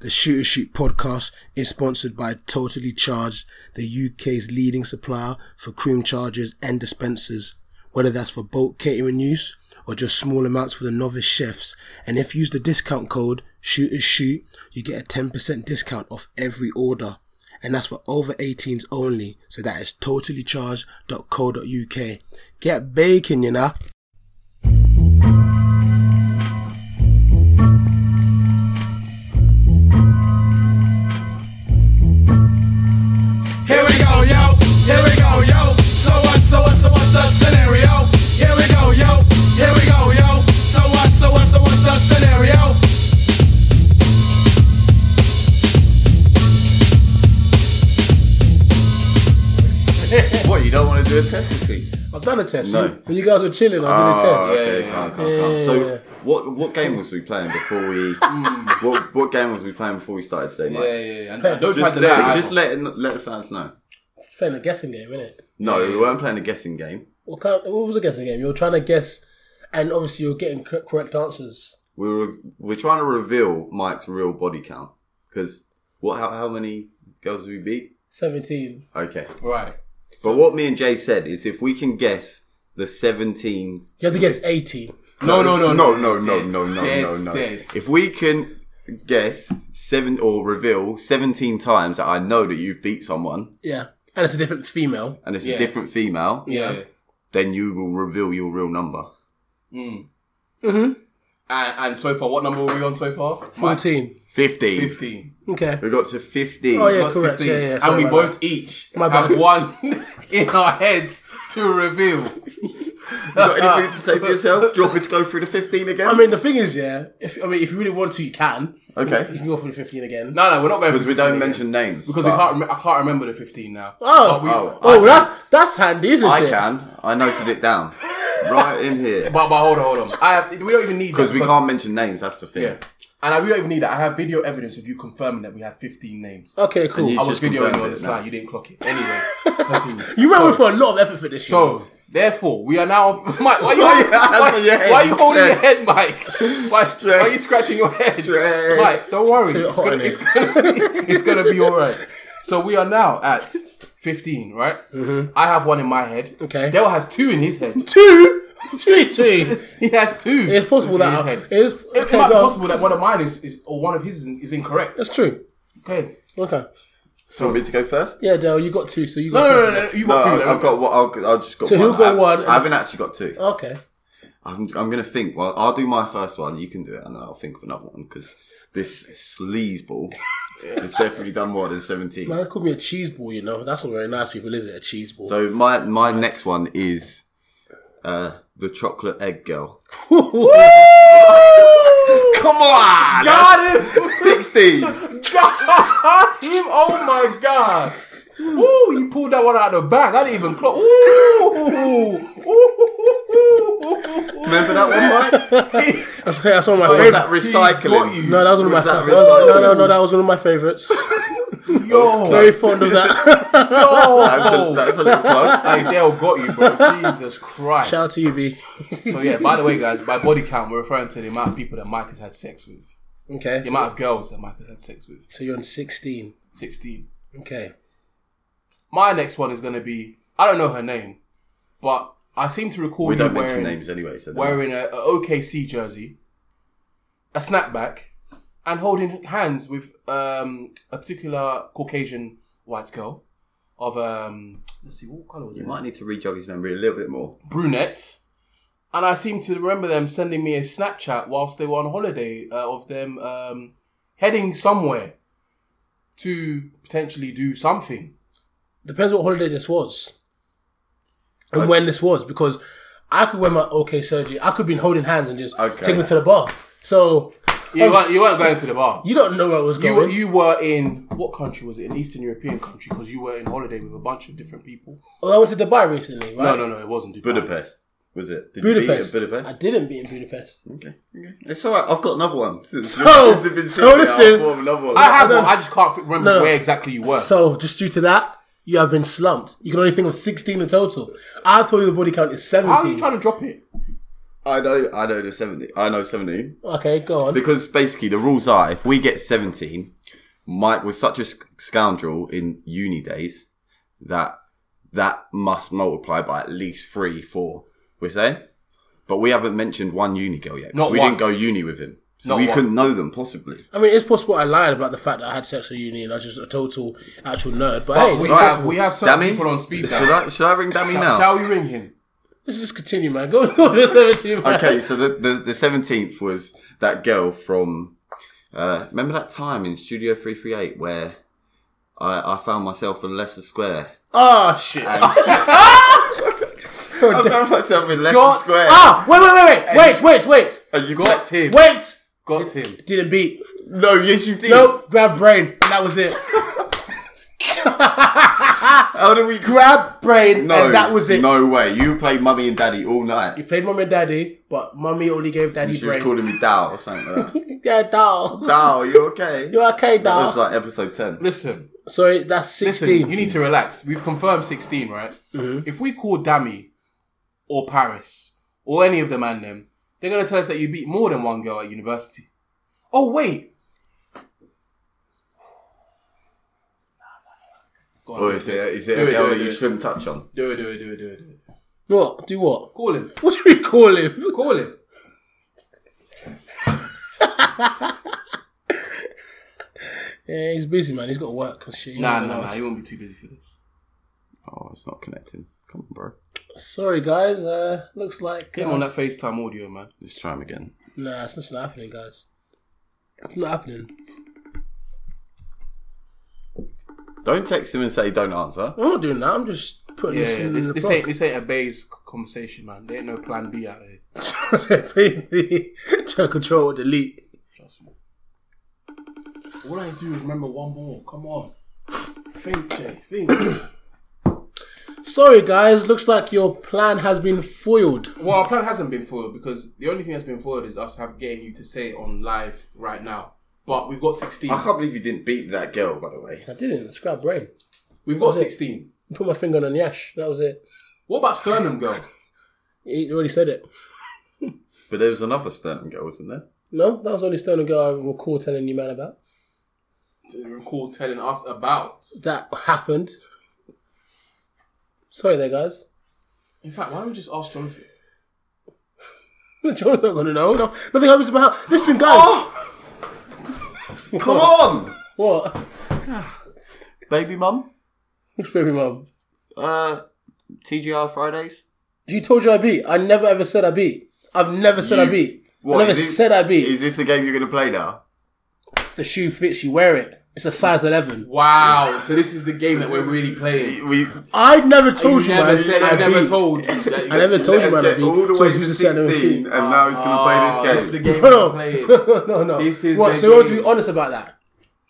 The Shooter Shoot podcast is sponsored by Totally Charged, the UK's leading supplier for cream chargers and dispensers, whether that's for bulk catering use or just small amounts for the novice chefs. And if you use the discount code Shooter Shoot, you get a 10% discount off every order. And that's for over 18s only. So that is totallycharged.co.uk. Get baking, you know. Here we go, yo. Here we go, yo. So what? So what? So what's the scenario? Here we go, yo. Here we go, yo. So what? So what? So what's the scenario? What, you don't want to do a test this week? I've done a test. No. When you guys were chilling, I did a test. okay, calm, calm, calm. Yeah, yeah, yeah. So, what what game was we playing before we? what what game was we playing before we started today, Mike? Yeah, yeah, yeah. And don't try Just to let lie. just let let the fans know. Playing a guessing game, innit? No, we weren't playing a guessing game. What kind? what was a guessing game? You're trying to guess, and obviously you're getting cor- correct answers. We were we're trying to reveal Mike's real body count because what how, how many girls did we beat? Seventeen. Okay, right. but what me and Jay said is if we can guess the seventeen You have to guess eighteen. No, no, no, no, no, no, no, Dead, no, dead, no, no. dead. If we can guess seven or reveal seventeen times that I know that you've beat someone, Yeah, and it's a different female. and it's a Yeah. different female, Yeah. then you will reveal your real number. And, and so far, what number were we on so far? Mike, Fourteen. Fifteen. Fifteen. Okay. We got to fifteen. Oh, yeah. That's correct, fifteen. yeah, yeah, and sorry we about both each My have bad. one in our heads to reveal. You got anything to say for yourself? Do you want me to go through the fifteen again? I mean, the thing is, yeah. If I mean, if you really want to, you can. You okay, can go through fifteen again. No, no, we're not going because for we 15 don't again. mention names. because but we can't. Rem- I can't remember the fifteen now. Oh, but we, Oh. oh, I that that's handy, isn't I it? can. I noted it down right in here but, but hold on, hold on. I have, we don't even need because that, we can't mention names. That's the thing. Yeah. And I, we don't even need that. I have video evidence of you confirming that we have fifteen names. Okay, cool. you- I He's You, just was videoing confirmed you on it the now. slide. You didn't clock it. Anyway, continue. went with a lot of effort for this. you know. So, therefore, we are now. Mike, why are you, Why you have your why, head why are you holding your stretched? head, Mike? Why, why are you scratching your head? Stretched. Mike, don't worry. So It's hot gonna, in it's, gonna be, it's gonna be all right. So we are now at fifteen, right? I have one in my head. Okay. Dale has two in his head. two, three, two. He has two. It's possible in that his it head. is. It Okay, might be go. on. possible that one of mine is, is or one of his is, is incorrect. That's true. Okay. Okay. So want me to go first? Yeah, Dale, you got two, so you No, no, got. two. no, no, no. You No, got two. I've got what I'll, I'll just got. So one. he'll go I, one and- I haven't actually got two. Okay. I'm, I'm gonna think. Well, I'll do my first one. You can do it, and I'll think of another one because this sleazeball has definitely done more than seventeen. Man, called me a cheese ball. You know, that's not very nice, people, is it? A cheese ball. So my my next one is uh, the chocolate egg girl. Come on, Got him. sixteen. God, him, oh my god. Ooh, you pulled that one out of the bag. I didn't even clock. Ooh, ooh, Remember that one, Mike? that's, that's Oh, one of my Or was favorites. that got you. recycling? No, that was one of my Was that favorites. No, no, recycling? no, that was one of my favorites. yo, Very fond of that. That's a, yo. that's a little plug. Hey, Dale got you, bro. Jesus Christ. Shout out to you, B. So yeah, by the way, guys, by body count, we're referring to the amount of people that Mike has had sex with, Okay. the amount of girls that Mike has had sex with. So you're on 16. Sixteen. Okay. My next one is gonna be I don't know her name, but I seem to recall We you don't mention wearing names anyway. So then- wearing a, a OKC jersey, a snapback, and holding hands with um, a particular Caucasian white girl of um, let's see what color was you it? might need to rejog his memory a little bit more. Brunette. And I seem to remember them sending me a Snapchat whilst they were on holiday uh, of them um, heading somewhere to potentially do something. Depends what holiday this was and when this was, because I could wear my OK surgery. I could have been holding hands and just Okay. taking it to the bar. So You I'm weren't, Oh, you weren't s- going to the bar. You don't know where it was You were, going. you were in what country was it? An Eastern European country because you were in holiday with a bunch of different people. well, I went to Dubai recently, right? No, no, no, it wasn't Dubai. Budapest was it? Did you beat Budapest. at Budapest. I didn't beat in Budapest. Okay. okay. It's alright. I've got another one. Since So- since we've been so sitting here, listen. I'll form another one. I have No, no. one. I just can't fi- remember No, no. where exactly you were. So just due to that, you have been slumped. You can only think of 16 in total. I've told you the body count is 17. How are you trying to drop it? I know, I know the 70. I know 17. Okay, go on. Because basically, the rules are if we get 17, Mike was such a sc- scoundrel in uni days that that must multiply by at least three, four. We're saying? But we haven't mentioned one uni girl yet. 'cause Not we one. didn't go uni with him. So Not we one. couldn't know them, possibly. I mean, it's possible I lied about the fact that I had sex at uni and I was just a total actual nerd. But, hey, we, we, right. have, we have certain Dammy? people on speed Should dial. I, should I ring Dammy now? Shall we ring him? let's just continue, man. Go, go on to 17, man. okay, so the, the, the 17th was that girl from. Uh, remember that time in Studio 338 where I, I found myself in Leicester Square? Ah, shit. I found myself in Leicester God. Square. Ah, wait, wait, wait, wait, wait, wait, And you Got him. wait, wait. Got him. Didn't beat. No, yes, you did. Nope, grab brain. And that was it. How do we Grab brain. No, and that was it. No way. You played mummy and daddy all night. He played mum and daddy, but mummy only gave daddy She was brain. calling me Dow or something like that. Yeah, doll. Dow, you okay? You okay, That was doll? like episode 10. Listen, Sorry, that's listen. 16. You need to relax. We've confirmed sixteen, right? Mm-hmm. If we call Dammy or Paris or any of the man them, they're gonna tell us that you beat more than one girl at university. Oh wait. Go on, Or do is it, is it Do a it, girl do it, that do you it. shouldn't touch on? Do it, do it, do it, do it, do it. What? Do what? Call him. What do we call him? Call him. Yeah, he's busy, man. He's got work and shit. You Nah, know what nah, nah. else. He won't be too busy for this. Oh, it's not connecting. Come on, bro. Sorry, guys. Uh, looks like. Get uh, him on that FaceTime audio, man. Let's try him again. Nah, it's just not happening, guys. It's not happening. Don't text him and say don't answer. I'm not doing that. I'm just putting Yeah, this yeah, in this, the this ain't this ain't a Bayes conversation, man. There ain't no plan B out here. ain't. Try control or delete. Trust me. All I do is remember one more. Come on. Think, Jay. Think. Sorry, guys. Looks like your plan has been foiled. well, our plan hasn't been foiled because the only thing that's been foiled is us have getting you to say it on live right now. But we've got 16. I can't believe you didn't beat that girl, by the way. I didn't. It's grab brain. We've got 16. Put my finger on an yash. That was it. What about Sternum Girl? He already said it. But there was another stern girl, wasn't there? No, that was the only stone and girl I recall telling you, man, about. To recall telling us about. That happened. Sorry, there, guys. In fact, why don't we just ask Jonathan? John's not gonna know. No, nothing happens in my house. Listen, guys. Oh! Come on! What? Baby mum? Which baby mum? Uh, TGR Fridays? You told you I beat. I never ever said I beat. I've never said I You- beat. What, I never is this- said I beat. Is this the game you're going to play now? If the shoe fits, you wear it. It's a size eleven. Wow, so this is the game that we're really playing. We, I never told you, never man. said, I you never beat. told. you that you- I never told you, let's man. I get beat. all the so way you to just said I never 16 and beat. now he's going to Oh, play this Ah, this is game. the game we're No, playing. no, no, no. This is what? the So you want to game. be honest about that?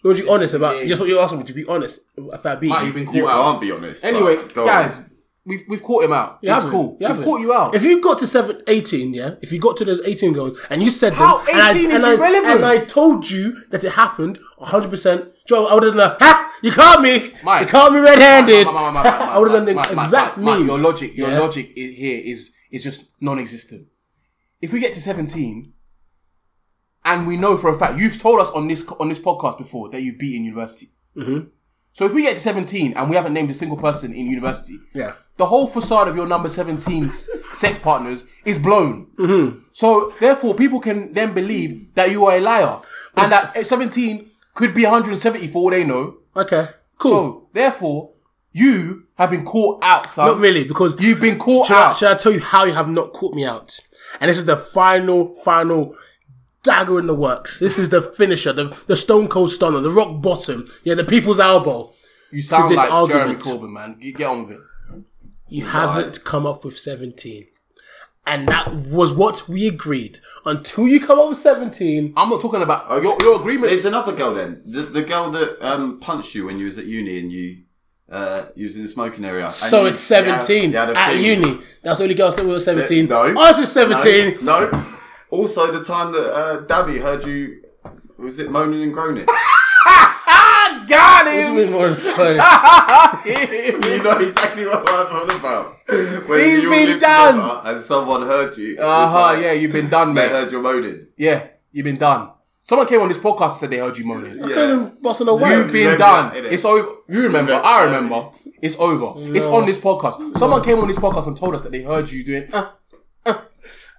You want to be honest about? game. That's what you're asking me to be honest. If I beat Mike, you. you've been caught You out. can't be honest. Anyway, but go guys, on. we've we've caught him out. You That's haven't. cool. You we've haven't. caught you out. If you got to seven, 18, yeah, if you got to those 18 girls and you said How them, and 18 is I, irrelevant? And I told you that it happened 100%. Joe, I would have done, a, ha, you caught me. Mike. You caught me red handed. Mike, Mike, Mike, Mike, Mike, I would have done Mike, the Mike, exact Mike, Mike, meme. Your logic, your Yeah. logic i here is is just non-existent. If we get to seventeen, and we know for a fact you've told us on this on this podcast before that you've beaten university. Mm-hmm. So if we get to seventeen and we haven't named a single person in university, Yeah. the whole facade of your number 17's sex partners is blown. Mm-hmm. So therefore, people can then believe that you are a liar and that at 17 could be 170 for all they know. Okay, cool. So therefore, you have been caught out, son. Not really, because You've been caught should I, out. should I tell you how you have not caught me out? And this is the final, final dagger in the works. This is the finisher, the, the stone cold stunner, the rock bottom. Yeah, the people's elbow. you sound this like argument. Jeremy Corbyn, man. Get get on with it. You haven't come up with 17. And that was what we agreed. Until you come up with 17, I'm not talking about Okay. your, your agreement. There's another girl then. The, the girl that um, punched you when you was at uni and you uh, you was in the smoking area. And so you- it's 17 you had- you had a at thing. uni. That's the only girl that was 17. No. Ours is 17. No. no. Also, the time that uh, Dabby heard you, was it moaning and groaning? ah, God had What do him. you mean more funny? You know exactly what I'm on about. When He's you been lived done. together And someone heard you. it was Uh-huh, like, yeah, you've been done, They mate. heard your moaning. Yeah, you've been done. Someone came on this podcast and said they heard you moaning. Yeah. Feeling Barcelona You- wet. You've been remember done. that, innit? it's over. You remember. Remember- I remember. It's over. It's on this podcast. Someone came on this podcast and told us that they heard you doing uh, uh,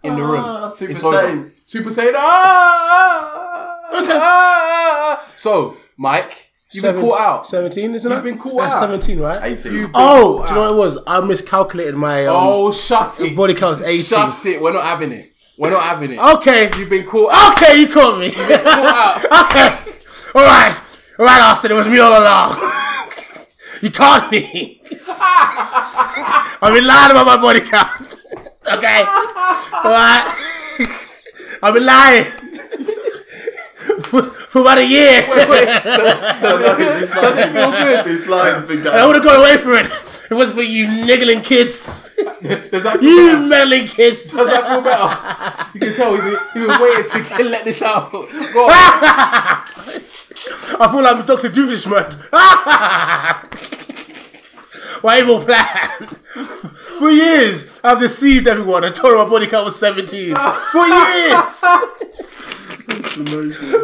in the room. Ah, Super It's Saiyan. over. Super Saiyan. Ah, ah, ah, ah. So, Mike, you've been Seven- caught out. 17, isn't it? You've been caught That's out. 17, right? 18. Oh, do you know what it was? I miscalculated my. Um, Oh, shut it. body count's 18. Shut it. We're not having it. We're not having it. Okay. You've been caught out. Okay, you caught me. Caught out. okay. All right. All right, Austin. It was me all along. you caught me. I've been lying about my body count. Okay. All right. I've been lying. For, for about a year, Does it feel good? This line's been I done. would have gone away from it. If It wasn't for you niggling kids, Does that feel you better? meddling kids. Does that feel better? You can tell he's been, he's been waiting to get, let this out. Go on. I feel like Dr. Doofenshmirtz. my evil plan. For years, I've deceived everyone. I told them my body count was 17. For years.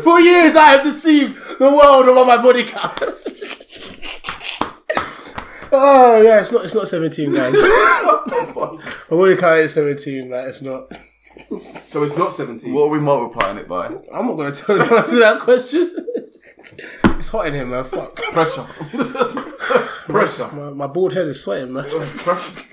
For years, I have deceived the world about my body count. oh, yeah, it's not, it's not 17, guys. my body count is 17. Like, it's not. So it's not 17. What are we multiplying it by? I'm not going to tell you to answer that question. it's hot in here, man. Fuck. Pressure. Pressure. My, my bald head is sweating, man. Oh.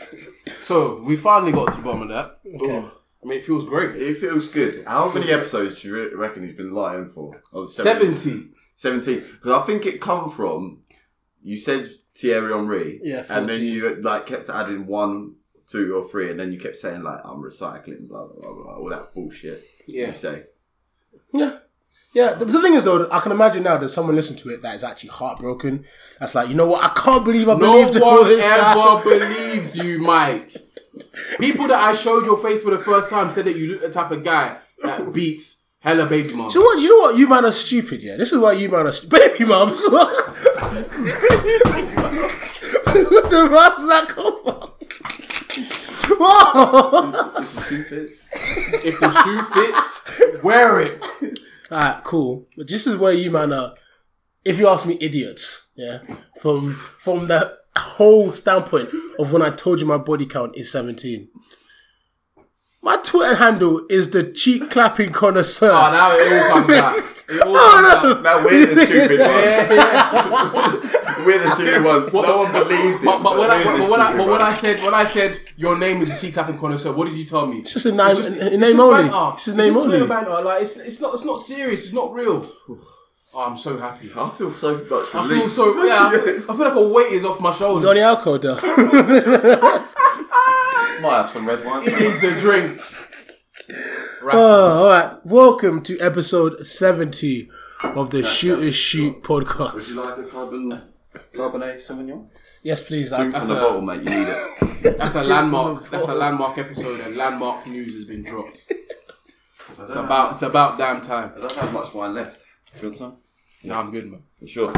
So we finally got to the bottom of that. Oh, I mean, it feels great. It feels good. How many episodes do you reckon he's been lying for? Oh, 70. 17. Because I think it come from you said Thierry Henry, Yeah, and then 14. you like kept adding one, two, or three, and then you kept saying like I'm recycling, blah blah blah, blah all that bullshit. Yeah. You say Yeah. Yeah, the, the thing is though, I can imagine now there's someone listening to it that is actually heartbroken. That's like, you know what? I can't believe I No believed in all one this. ever time. believed you, Mike. People that I showed your face for the first time said that you look the type of guy that beats hella baby mom. So what? You know what? You man are stupid. Yeah, this is why you man are stu- baby mums. What? what the fuck does that come from? Whoa! two fits. If the shoe fits, wear it. Alright, cool. But this is where you man are. If you ask me, idiots. Yeah, from from the whole standpoint of when I told you my body count is seventeen. My Twitter handle is the cheek clapping connoisseur. Oh, now it all comes out. It all Oh, comes out. Now we're the stupid Yeah, ones. yeah. We're the stupid ones. What- no one believed it. But, but, when, I, we're the but, when, I, stupid but when I ones. said when I said your name is a cheek clapping connoisseur, what did you tell me? It's oh, just a name- a name only. It's just name Twitter only. banter. Like it's, it's not it's not serious. It's not real. Oh, I'm so happy. I I feel so much relief. feel so yeah. I feel- I feel like a weight is off my shoulders. Donny Alco, though. Might have some red wine. Needs a drink. Right. Oh, all right. Welcome to episode seventy of the Shoot is Shoot podcast. like a carbon carbonate sauvignon? Yes, please. I, From I, the a- bottle, mate. You need it. that's a landmark. That's a landmark episode, and landmark news has been dropped. It's about it's about damn time. I don't have much wine left. Do you want some? No, I'm good, man. You Sure.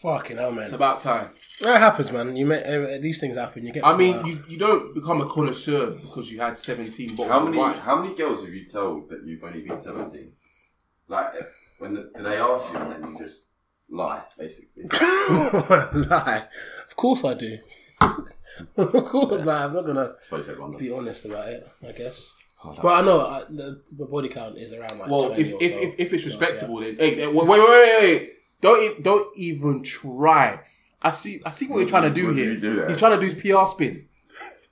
fucking hell, man. It's about time. That happens, man. You met, uh, these things happen. You get. I mean, caught out. you, you don't become a connoisseur because you had 17 bottles How of many wine. how many girls have you told that you've only been seventeen? Like if- when the, do they ask you and then you just lie, basically. lie. Of course I do. of course, like, I'm not gonna suppose everyone does. be honest about it. I guess. Hold up. But I know I, the, the body count is around like Well, 20 if, or if, so. if, if it's So, respectable, then hey, hey, wait, wait, wait, wait, wait. don't e- don't even try. I see, I see what you're trying to do What do here. you do there? He's trying to do his PR spin.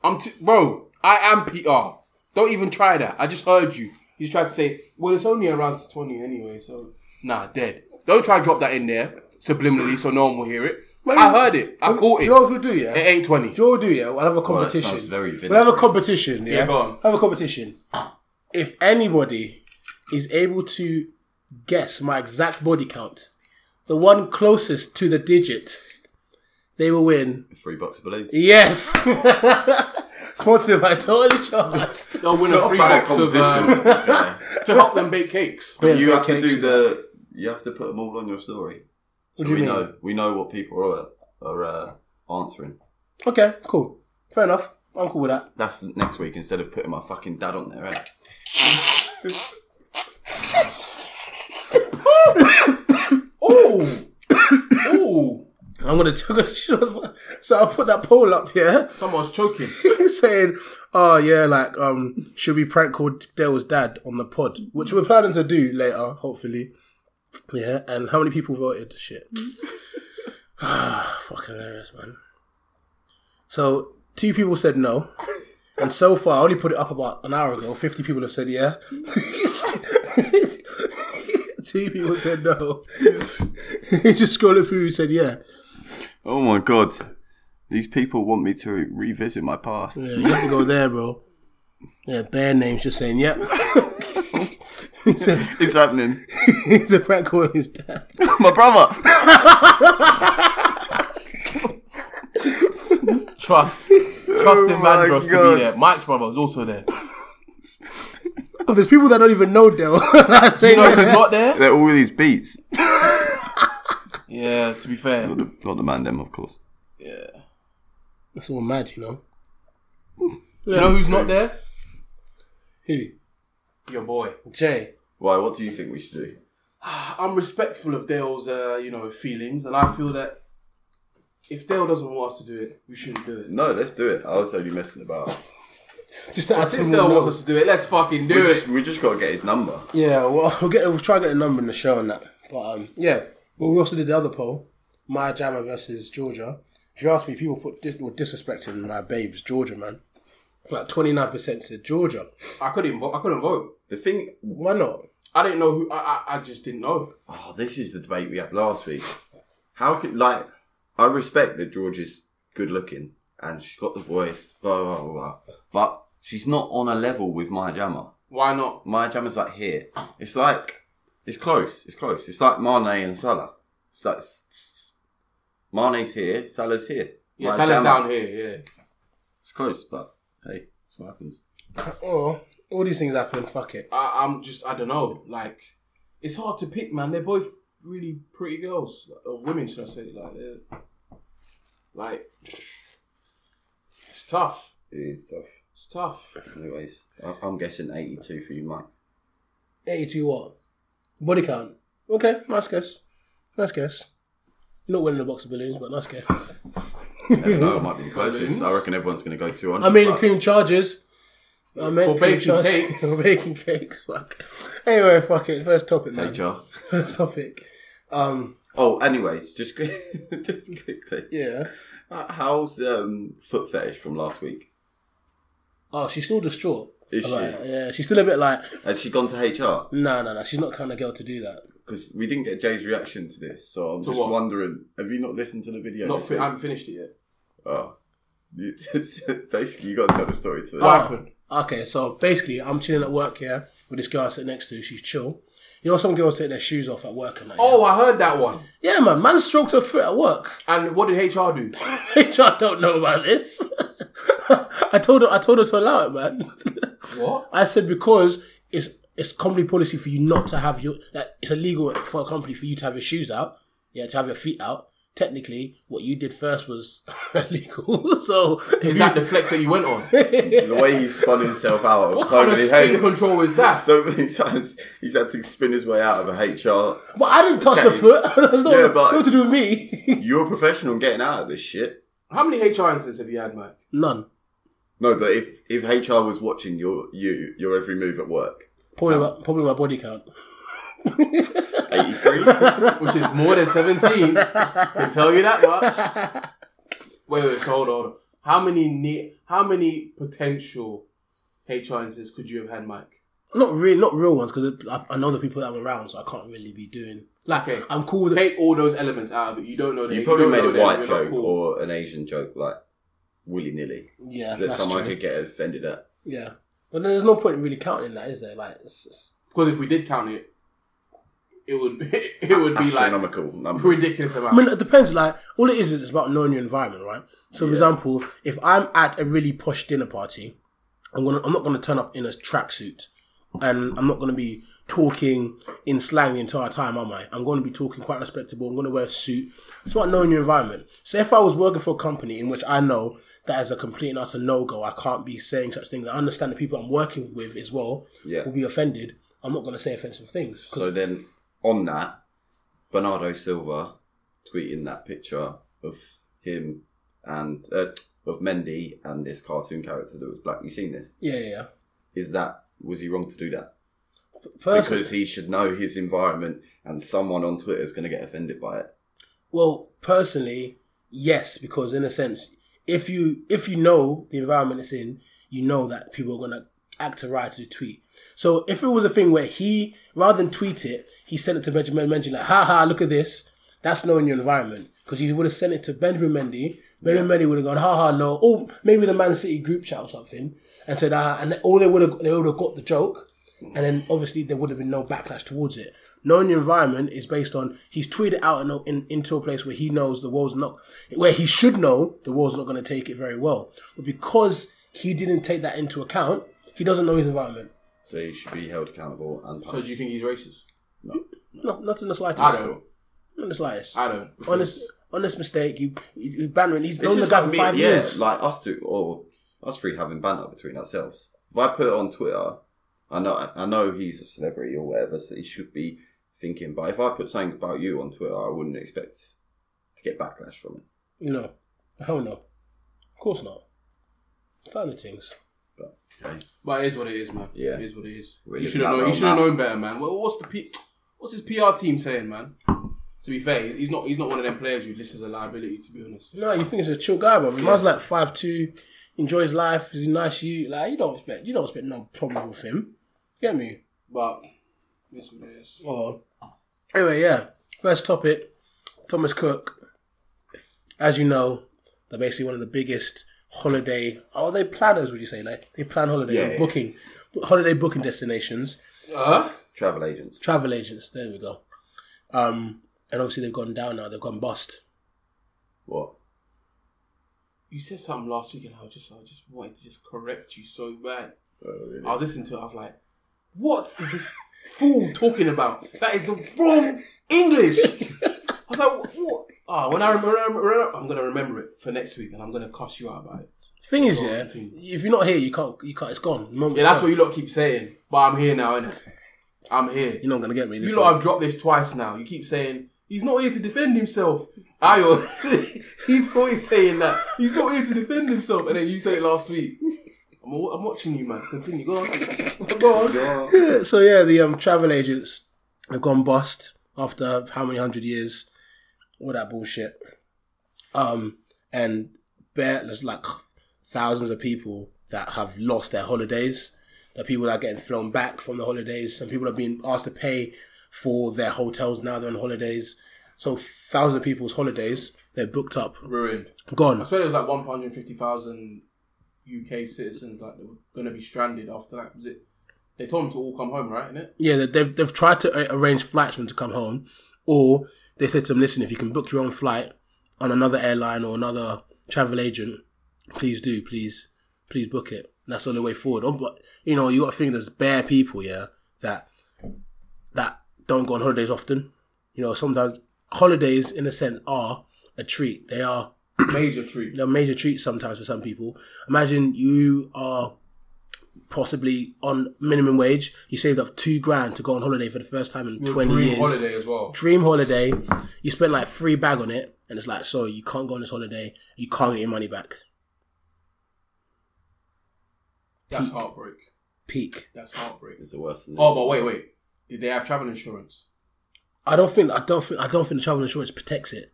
I'm too, bro. I am PR. Don't even try that. I just heard you. You tried to say, well, it's only around twenty anyway, so nah, dead. Don't try to drop that in there subliminally, so no one will hear it. I heard it. I yeah. caught Eh, it. Do you know what we'll do? Yeah, It ain't twenty. do you know what we'll do? Yeah, we'll have a that sounds competition. very vintage. we'll have a competition. Yeah, go on. have a competition. If anybody is able to guess my exact body count, the one closest to the digit, they will win. Three bucks of balloons. Yes. Sponsored by Totally Charged. They'll win a Not free bad box of uh, competition, to be fair. to help them bake cakes. you have to do the you have to put them all on your story. So do you we mean? know we know what people are are uh, answering. Okay, cool. Fair enough. I'm cool with that. That's next week instead of putting my fucking dad on there. eh? Oh, oh! I'm gonna so I'll put that poll up here Someone's choking. saying, "Oh yeah, like um, should we prank call Dale's dad on the pod?" Which we're planning to do later, hopefully. Yeah, and how many people voted? Shit, fucking hilarious, man. So two people said no, and so far I only put it up about an hour ago. Fifty people have said yeah. two people said no. Just scrolling through, who said yeah. Oh my god, these people want me to revisit my past. Yeah, you have to go there, bro. Yeah, bear names just saying, yep. It's happening. He's a prank call on his dad. my brother. Trust, trust in my Van Vandross to God. be there. Mike's brother was also there. Oh, there's people that don't even know Dell. saying You know who's that. not there? They're all these beats. Yeah, to be fair. Not the, not the man, them of course. Yeah. It's all mad, you know. Do you know who's not there? Who? Your boy. Jay. Why? What do you think we should do? I'm respectful of Dale's, uh, you know, feelings, and I feel that if Dale doesn't want us to do it, we shouldn't do it. No, let's do it. I was only messing about. Just to add Since some Dale more wants notes. us to do it, let's fucking do We it. just, we just got to get his number. Yeah, well, we'll, get, we'll try to get a number in the show on that. But um, yeah, well, we also did the other poll, my Jammer versus Georgia. If you ask me, people put dis- were disrespecting my babes, Georgia, man. Like 29% said Georgia. I couldn't. Vo- I couldn't vote. The thing, Why not? I didn't know who. I, I, I just didn't know. oh, this is the debate we had last week. How could like? I respect that George is good looking and she's got the voice, blah blah blah, blah. but she's not on a level with Maya Jama. Why not? Maya Jama's like here. It's like it's close. It's close. It's like Mane and Salah. It's like s- s- Mane's here, Salah's here. Yeah, Maya Jama- Salah's down here. Yeah. It's close, but hey, it's what happens. Oh, all these things happen, fuck it. I, I'm just. I don't know. Like, it's hard to pick, man. They're both really pretty girls or women, should I say? Like, they're- like, it's tough. It is tough. It's tough. Anyways, I- I'm guessing 82 for you, Mike. 82 what? Body count. Okay, nice guess. Nice guess. Not winning a box of balloons, but nice guess. Never know, I might be the closest. I reckon everyone's going to go 200. Mm-hmm. I mean, plus. cream charges. I meant For cream baking charges. cakes. For baking cakes. Fuck. Anyway, fuck it. First topic, man. HR. First topic. Um, Oh, anyways, just qui- just quickly. yeah. Uh, How's um, foot fetish from last week? Oh, she's still distraught. Is she? Like, yeah, she's still a bit like, Had she gone to HR? no, no, no. She's not kind of girl to do that. Because we didn't get Jay's reaction to this, so I'm To just what? wondering. Have you not listened to the video? Not. this Fi- I week? haven't finished it yet. Oh. You, basically, you got to tell the story to us. What happened? Okay, so basically, I'm chilling at work here with this girl I sit next to. She's chill. You know, some girls take their shoes off at work and that. Oh, I heard that one. yeah, Yeah, man. Man stroked her foot at work. And what did HR do? I don't know about this. I told her I told her to allow it, man. What? I said because it's it's company policy for you not to have your like it's illegal for a company for you to have your shoes out, yeah, to have your feet out. Technically, what you did first was illegal. so Is that the flex that you went on? The way he spun himself out of What so kind of many spin heads. control is that? So many times he's had to spin his way out of a HR. But I didn't touch the That is- foot. It's not, Yeah, but- not to do with me. You're a professional in getting out of this shit. How many HR instances have you had, Mike? None. No, but if if HR was watching your you your every move at work, Probably my, probably my body count. eighty three. Which is more than 17. can tell you that much. Wait, wait, so hold on. hold on. How many ne- how many potential HR instances could you have had, Mike? Not real, not real ones because I, I know the people that I'm around, so I can't really be doing. Like Okay. I'm cool with Take all those elements out of it. You don't know that. you probably don't made know a them, white you're not joke cool. or an Asian joke, like willy nilly, Yeah, that that's someone true. could get offended at. Yeah, but then there's no point in really counting that, is there? Like, it's, it's, Because if we did count it, it would it would be like Astronomical numbers. ridiculous I amount. mean, it depends. Like, all it is is it's about knowing your environment, right? So, for example, if I'm at a really posh dinner party, I'm gonna I'm not gonna turn up in a tracksuit and I'm not going to be talking in slang the entire time, am I? I'm going to be talking quite respectable. I'm going to wear a suit. It's about knowing your environment. So if I was working for a company in which I know that is a complete and utter no go, I can't be saying such things. I understand the people I'm working with as well Yeah. will be offended. I'm not going to say offensive things. So then, on that, Bernardo Silva tweeting that picture of him and uh, of Mendy and this cartoon character that was black. You seen this? Yeah, yeah. yeah. Is that was he wrong to do that? Personally, Because he should know his environment, and someone on Twitter is going to get offended by it. well, personally, yes, because in a sense, if you if you know the environment it's in, you know that people are gonna act a right to the tweet. So if it was a thing where he, rather than tweet it, he sent it to Benjamin Mendy like, "Ha ha, look at this." That's knowing your environment because he would have sent it to Benjamin Mendy. Benjamin Mendy would have gone, "Ha ha, no," or maybe the Man City group chat or something, and said, "Ah," and all they would have they would have got the joke, and then obviously there would have been no backlash towards it. Knowing your environment is based on he's tweeted out in, in, into a place where he knows the world's not where he should know the world's not going to take it very well, but because he didn't take that into account, he doesn't know his environment. So he should be held accountable and punished. So do you think he's racist? No, not in the slightest. I don't. Not in the slightest. I don't. because- Honest, honest mistake. You, you, you banned him. He's It's known the just guy like for me- five yeah, years. Like us two, or us three having banter between ourselves. If I put it on Twitter, I know I know he's a celebrity or whatever, so he should be thinking. But if I put something about you on Twitter, I wouldn't expect to get backlash from it. no, hell no. Of course not. Standard things. But okay. But it is what it is, man. Yeah. It is what it is. We're you living should that have known. You world should have now. known better, man. Well, what's the P- what's his PR team saying, man? To be fair, he's not. He's not one of them players you list as a liability. To be honest, No, you think it's a chill guy, bro. He man's like five two, enjoys life. He's a nice you. Like you don't expect you don't expect no problem with him. You get me? but it's what it is. Well, anyway, yeah. First topic: Thomas Cook. As you know, they're basically one of the biggest holiday. Are they planners? Would you say like they plan holiday Yeah, or yeah. booking, holiday booking destinations? Uh, Travel agents. Travel agents. There we go. Um, and obviously they've gone down now. They've gone bust. What? you said something last week, and I was just, I just wanted to just correct you so bad. Oh, really? I was listening to it. I was like, what is this fool talking about? That is the wrong English. I was like, what? what? Ah, when I remember, I'm gonna remember it for next week, and I'm gonna cuss you out about it. Thing is, Gone, yeah, team. if you're not here, you can't. You can't. It's gone. Yeah, that's what you lot keep saying. But I'm here now, innit? I'm here. You're not gonna get me. This You one. lot have dropped this twice now. You keep saying he's not here to defend himself. Ayo, he's always saying that he's not here to defend himself, and then you say it last week. I'm, wa- I'm watching you, man. Continue. Go on. Go on. so yeah, the um, travel agents have gone bust after how many hundred years? All that bullshit. Um, and bare, there's like thousands of people that have lost their holidays. That people are getting flown back from the holidays. Some people are being asked to pay for their hotels now they're on holidays. So thousands of people's holidays they're booked up, Ruined. I gone. swear it was like 150,000 UK citizens like they were going to be stranded after that. Was it? They told them to all come home, right? Innit? Yeah, they- they've they've tried to a- arrange flights for them to come home, or they said to them, "Listen, if you can book your own flight on another airline or another travel agent, please do, please, please book it." And that's the only way forward. Oh, but you know, you got to think there's bare people, yeah, that that don't go on holidays often. You know, sometimes holidays, in a sense, are a treat. They are Major treat. a major treat sometimes for some people. Imagine you are possibly on minimum wage. You saved up two grand to go on holiday for the first time in twenty Dream years. holiday as well. Dream holiday. You spend like three bag on it, and it's like, so you can't go on this holiday. You can't get your money back. That's heartbreak. Peak. That's heartbreak. It's the worst. Than this. Oh, but wait, wait. Did they have travel insurance? I don't think. I don't think. I don't think the travel insurance protects it.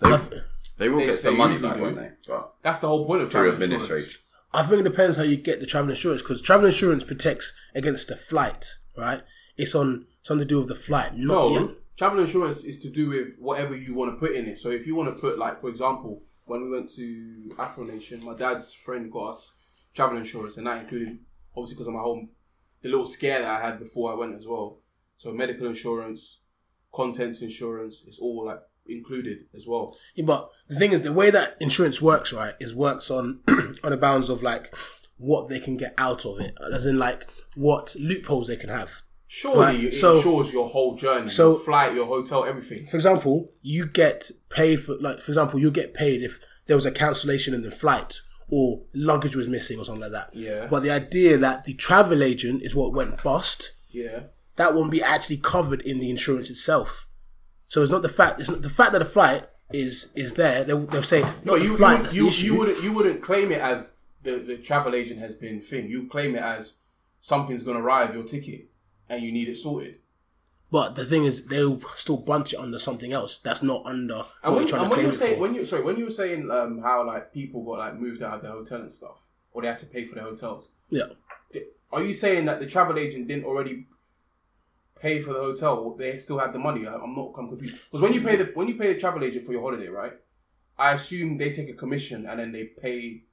I, th- they will They- get some they money usually back, do. won't they? But That's the whole point of through travel insurance. administration. I think it depends how you get the travel insurance because travel insurance protects against the flight, right? It's on something to do with the flight, not No, yet. travel insurance is to do with whatever you want to put in it. So if you want to put, like, for example, when we went to Afro Nation, my dad's friend got us travel insurance, and that included, obviously, because of my home, the little scare that I had before I went as well. So medical insurance, contents insurance, it's all like included as well. Yeah, but the thing is, the way that insurance works, right, is works on on the bounds of like what they can get out of it, as in like what loopholes they can have. Surely Right, it so- insures your whole journey, so- your flight, your hotel, everything. For example, you get paid for like for example, you get paid if there was a cancellation in the flight or luggage was missing or something like that. Yeah. But the idea that the travel agent is what went bust, Yeah. that won't be actually covered in the insurance itself. So it's not the fact it's not the fact that the flight is is there. They'll, they'll say No, not you the flight. you, that's you, the issue. you wouldn't you wouldn't claim it as the, the travel agent has been thing. You claim it as something's gonna arrive your ticket and you need it sorted. But the thing is, they'll still bunch it under something else that's not And under what when, you're trying and when to claim you it say for. when you sorry when you were saying um, how like people got like moved out of their hotel and stuff or they had to pay for their hotels, yeah, di- are you saying that the travel agent didn't already pay for the hotel? They still had the money. I, I'm not. I'm confused because when you pay the when you pay the travel agent for your holiday, right? I assume they take a commission and then they pay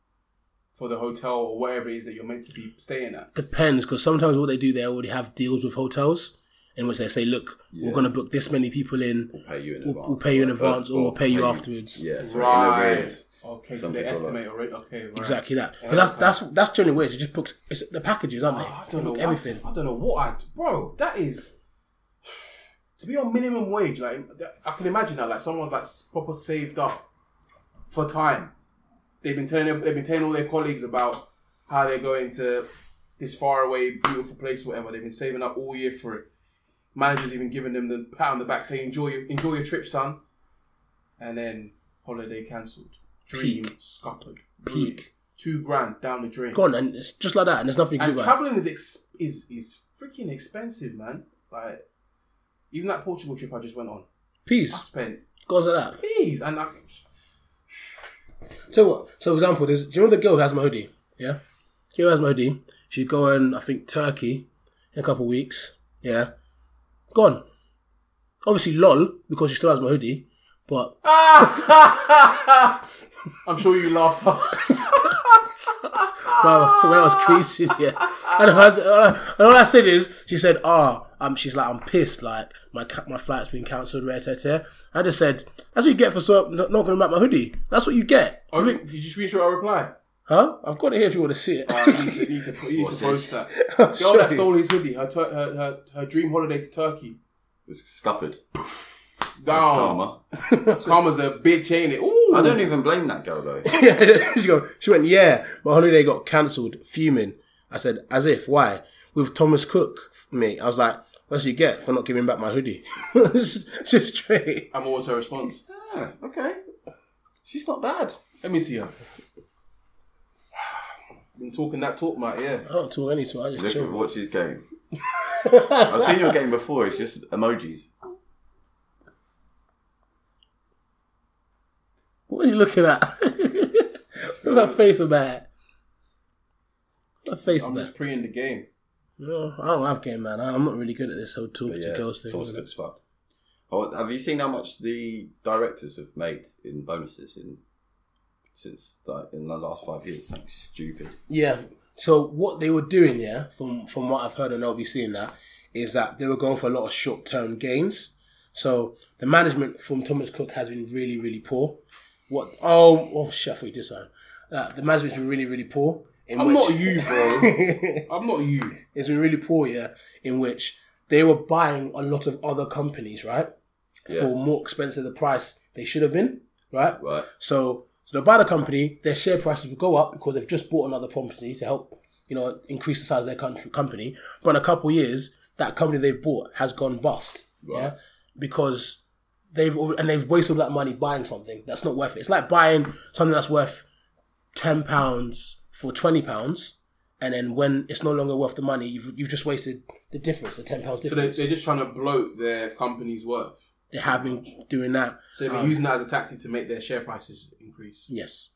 for the hotel or wherever it is that you're meant to be staying at. depends because sometimes what they do, they already have deals with hotels in which they say, look, we're going to book this many people in. We'll pay you in We'll- advance. we'll pay you in Uh, advance, or we'll pay you afterwards. Yeah, so in Right. arrears. Okay, so Some they people estimate already. Okay, right. Exactly that. Yeah, But that's okay. that's that's generally where it is. It just books it's the packages, aren't they? I don't They know book what- everything. I don't know what I, bro. That is to be on minimum wage. Like that- I can imagine that. Like someone's like s- proper saved up for time. They've been telling they've been telling all their colleagues about how they're going to this faraway beautiful place, whatever. They've been saving up all year for it. Managers even giving them the pat on the back, saying enjoy your enjoy your trip, son. And then holiday cancelled. Dream Peak. scuppered. Peak. Ruined. Two grand down the drain. Gone and it's just like that, and there's nothing you can And do about it. traveling is ex- is is freaking expensive, man. Like even that Portugal trip I just went on, I Peace. spent Goes like that. peas and I, So what? So for example, there's do you know the girl who has my hoodie? Yeah, girl who has my hoodie. She's going, I think, Turkey in a couple of weeks. Yeah, gone. Obviously, lol because she still has my hoodie, but Ah! I'm sure you laughed. Bro, so when I was creasing, yeah. And, I was, uh, and all I said is, she said, ah, um, she's like, I'm pissed, like, my ca- my flight's been cancelled, rare, tear, tear. I just said, that's what you get for so, not going to wrap my hoodie. That's what you get. oh, you- did you screenshot our reply? Huh? I've got it here if you want to see it. I need to, need to, put- you need to What's this? post that. I'll Girl show that you. stole his hoodie, her, tur- her, her, her dream holiday to Turkey. It's scuppered. Down. Karma. Karma's a bitch, ain't it? Ooh. I don't even blame that girl though. Yeah, she, go, she went, yeah, my holiday got cancelled, fuming. I said, as if, why? With Thomas Cook, mate. I was like, what's you get for not giving back my hoodie? just, just straight. And what was her response? yeah, okay. She's not bad. Let me see her. Been talking that talk, mate. Yeah. I don't talk any to her, I just Look at chill. watch his game. I've seen your game before. It's just emojis. What are you looking at? What's that face about? What's that face I'm about? just pre in the game. No, I don't have game, man. I- I'm not really good at this whole talk But to yeah, girls thing. Thomas Cook's fucked. Oh, have you seen how much the directors have made in bonuses in since like in the last five years? Something stupid. Yeah. So what they were doing, yeah, from from what I've heard and I'll be seeing that, is that they were going for a lot of short term gains. So the management from Thomas Cook has been really, really poor. What? Oh, oh shit! I thought you did something. Uh, the management's been really, really poor. In I'm which, not you, bro. I'm not you. it's been really poor, yeah, in which they were buying a lot of other companies, right? Yeah. For more expensive the price they should have been, right? Right. So, so they'll buy the company, their share prices will go up because they've just bought another property to help, you know, increase the size of their country, company. But in a couple of years, that company they bought has gone bust, yeah, because they've al- and they've wasted all that money buying something that's not worth it. It's like buying something that's worth ten pounds for twenty pounds, and then when it's no longer worth the money, you've you've just wasted the difference, the ten pounds So they, difference. they're just trying to bloat their company's worth. they have been doing that. So they've been using that as a tactic to make their share prices increase. Yes.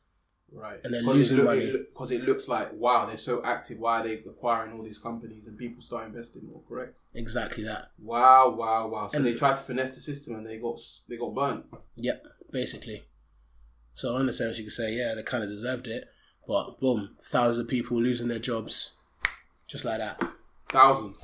Right. And they're losing money. Because it looks like, wow, they're so active. Why are they acquiring all these companies and people start investing more, correct? Exactly that. Wow, wow, wow. So And- they tried to finesse the system and they got s- they got burnt. Yep, basically. So I understand what you could say, yeah, they kind of deserved it, but boom, thousands of people losing their jobs, just like that. Thousands.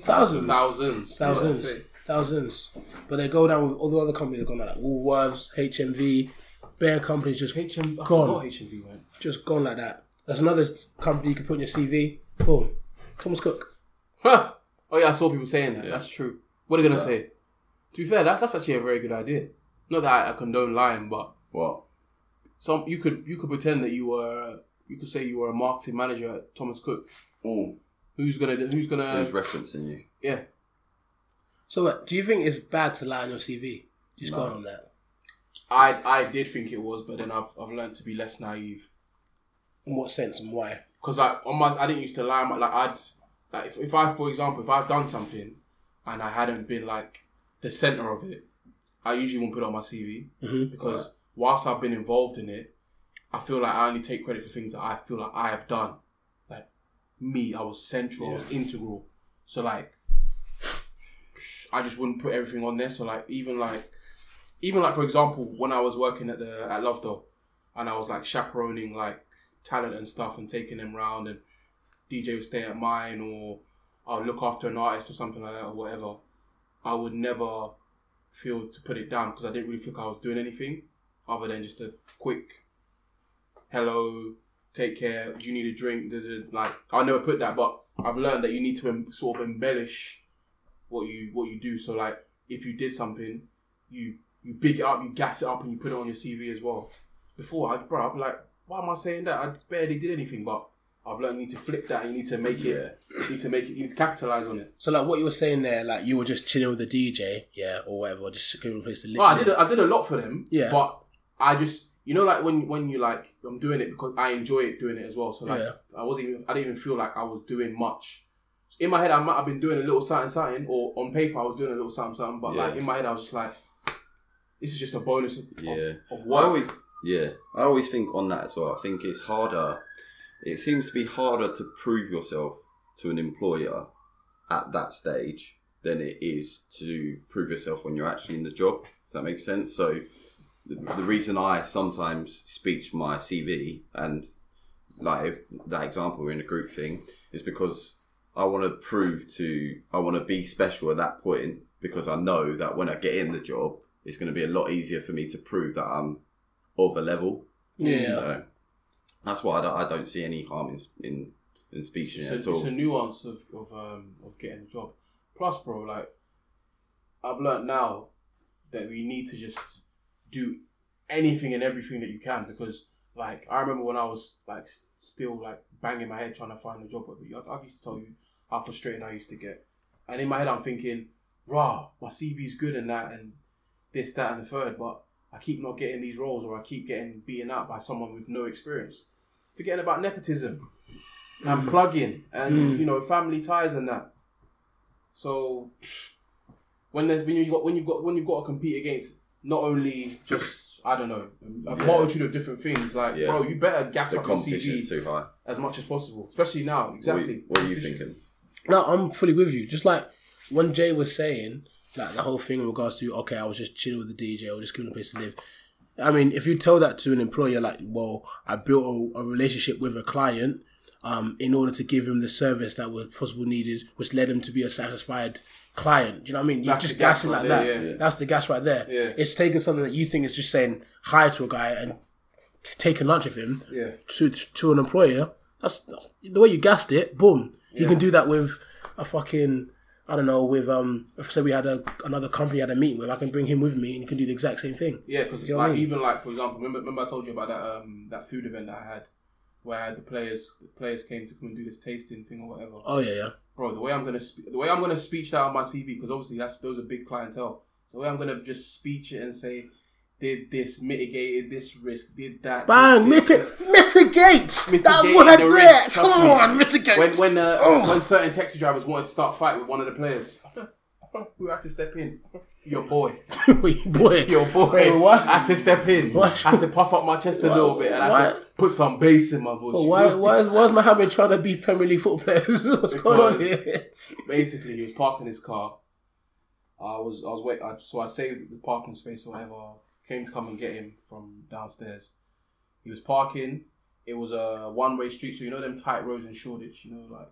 Thousands, Thousands. thousands, Let's say. thousands. But they go down with all the other companies. They're gone like that. Woolworths, HMV, Bear companies just HM, I Gone. forgot HMV went. just gone like that. That's another company you can put in your CV. Boom. Thomas Cook. Huh. Oh yeah, I saw people saying that. That's true. What are they gonna say? To be fair, that, that's actually a very good idea. Not that I, I condone lying, but What? some you could you could pretend that you were you could say you were a marketing manager at Thomas Cook. Ooh, Who's gonna who's gonna who's referencing you? yeah? So, what, do you think it's bad to lie on your CV? Just go on that. I I did think it was, but then I've I've learned to be less naive. In what sense and why? because like on my I didn't used to lie. Like I'd like if, if I for example if I've done something and I hadn't been like the center of it, I usually won't put it on my CV because whilst I've been involved in it, I feel like I only take credit for things that I feel like I have done. Like me, I was central, I was integral. So like, I just wouldn't put everything on there. So like even like even like for example when I was working at the at Love Doll and I was like chaperoning like talent and stuff and taking them round and DJ would stay at mine or I'll look after an artist or something like that or whatever. I would never feel to put it down because I didn't really think I was doing anything other than just a quick hello, take care, do you need a drink? Da, da, da. Like I never put that, but I've learned that you need to em- sort of embellish what you what you do. So like if you did something, you you big it up, you gas it up, and you put it on your CV as well. Before I, bro, I'd be like, why am I saying that? I barely did anything, but I've learned you need to flip that. You need to make it. You need to make it. You need to capitalize on it. So, like what you were saying there, like you were just chilling with the DJ, yeah, or whatever, just giving place to live. Well, Oh, I did. I did a lot for them. Yeah. But I just, you know, like when when you like, I'm doing it because I enjoy it doing it as well. So like, Yeah. I wasn't even. I didn't even feel like I was doing much. So in my head, I might have been doing a little something, something, or on paper, I was doing a little something, something. But like Yeah. in my head, I was just like, this is just a bonus of, Yeah. of, of I work. always, yeah, I always think on that as well. I think it's harder. It seems to be harder to prove yourself to an employer at that stage than it is to prove yourself when you're actually in the job. If that makes sense. So the, the reason I sometimes speech my CV and like that example in a group thing is because I want to prove to I want to be special at that point because I know that when I get in the job, it's going to be a lot easier for me to prove that I'm of a level. Yeah. So that's why I don't, I don't see any harm in in, in speaking it's, it a, at all. it's a nuance of of, um, of getting a job. Plus, bro, like I've learned now that we need to just do anything and everything that you can because, like, I remember when I was like s- still like banging my head trying to find a job. But you- I, I used to tell you how frustrated I used to get, and in my head I'm thinking, "Rah, my CV's good and that and this, that, and the third, but." I keep not getting these roles, or I keep getting beaten out by someone with no experience. Forgetting about nepotism Mm. and plugging and you know family ties and that. So when there's been you got when you've got when you've got to compete against not only just I don't know a multitude of different things like Yeah. bro you better gas The up your competition's CV too high. as much as possible especially now What, exactly what are you thinking? No, I'm fully with you. Just like when Jay was saying, like the whole thing in regards to, okay, I was just chilling with the DJ, I was just giving a place to live. I mean, if you tell that to an employer, like, well, I built a, a relationship with a client um, in order to give him the service that was possible needed, which led him to be a satisfied client. Do you know what I mean? You're That's just the gas gassing right like there, that. yeah, yeah. That's the gas right there. Yeah. It's taking something that you think is just saying hi to a guy and taking lunch with him yeah to to an employer. That's, that's the way you gassed it. Boom. You can do that with a fucking I don't know with um. If say we had a another company I had a meeting with, I can bring him with me, and you can do the exact same thing. Yeah, because You know what I like mean? even like for example, remember, remember I told you about that um that food event that I had, where the players the players came to come and do this tasting thing or whatever. Oh yeah, yeah. Bro, the way I'm gonna spe- the way I'm gonna speech that on my CV because obviously that's those are big clientele. So the way I'm gonna just speech it and say, did this mitigated this risk, did that Bang! did this, Mitig- mitigate. That Mitigate word the there. risk, trust Come me. on, mitigate. when when uh, Oh. when certain taxi drivers wanted to start a fight with one of the players, who had to step in? Your boy, Wait, boy. your boy. Wait, what? I had to step in. What? I had to puff up my chest a little bit and I had to Why? put some bass in my voice. But you why, know? why is why is Mohammed trying to be Premier League football players? What's going on Because- here? Basically, he was parking his car. I was I was wait I, so I saved the parking space or whatever. Came to come and get him from downstairs. He was parking. It was a one way street, so you know them tight roads in Shoreditch. You know like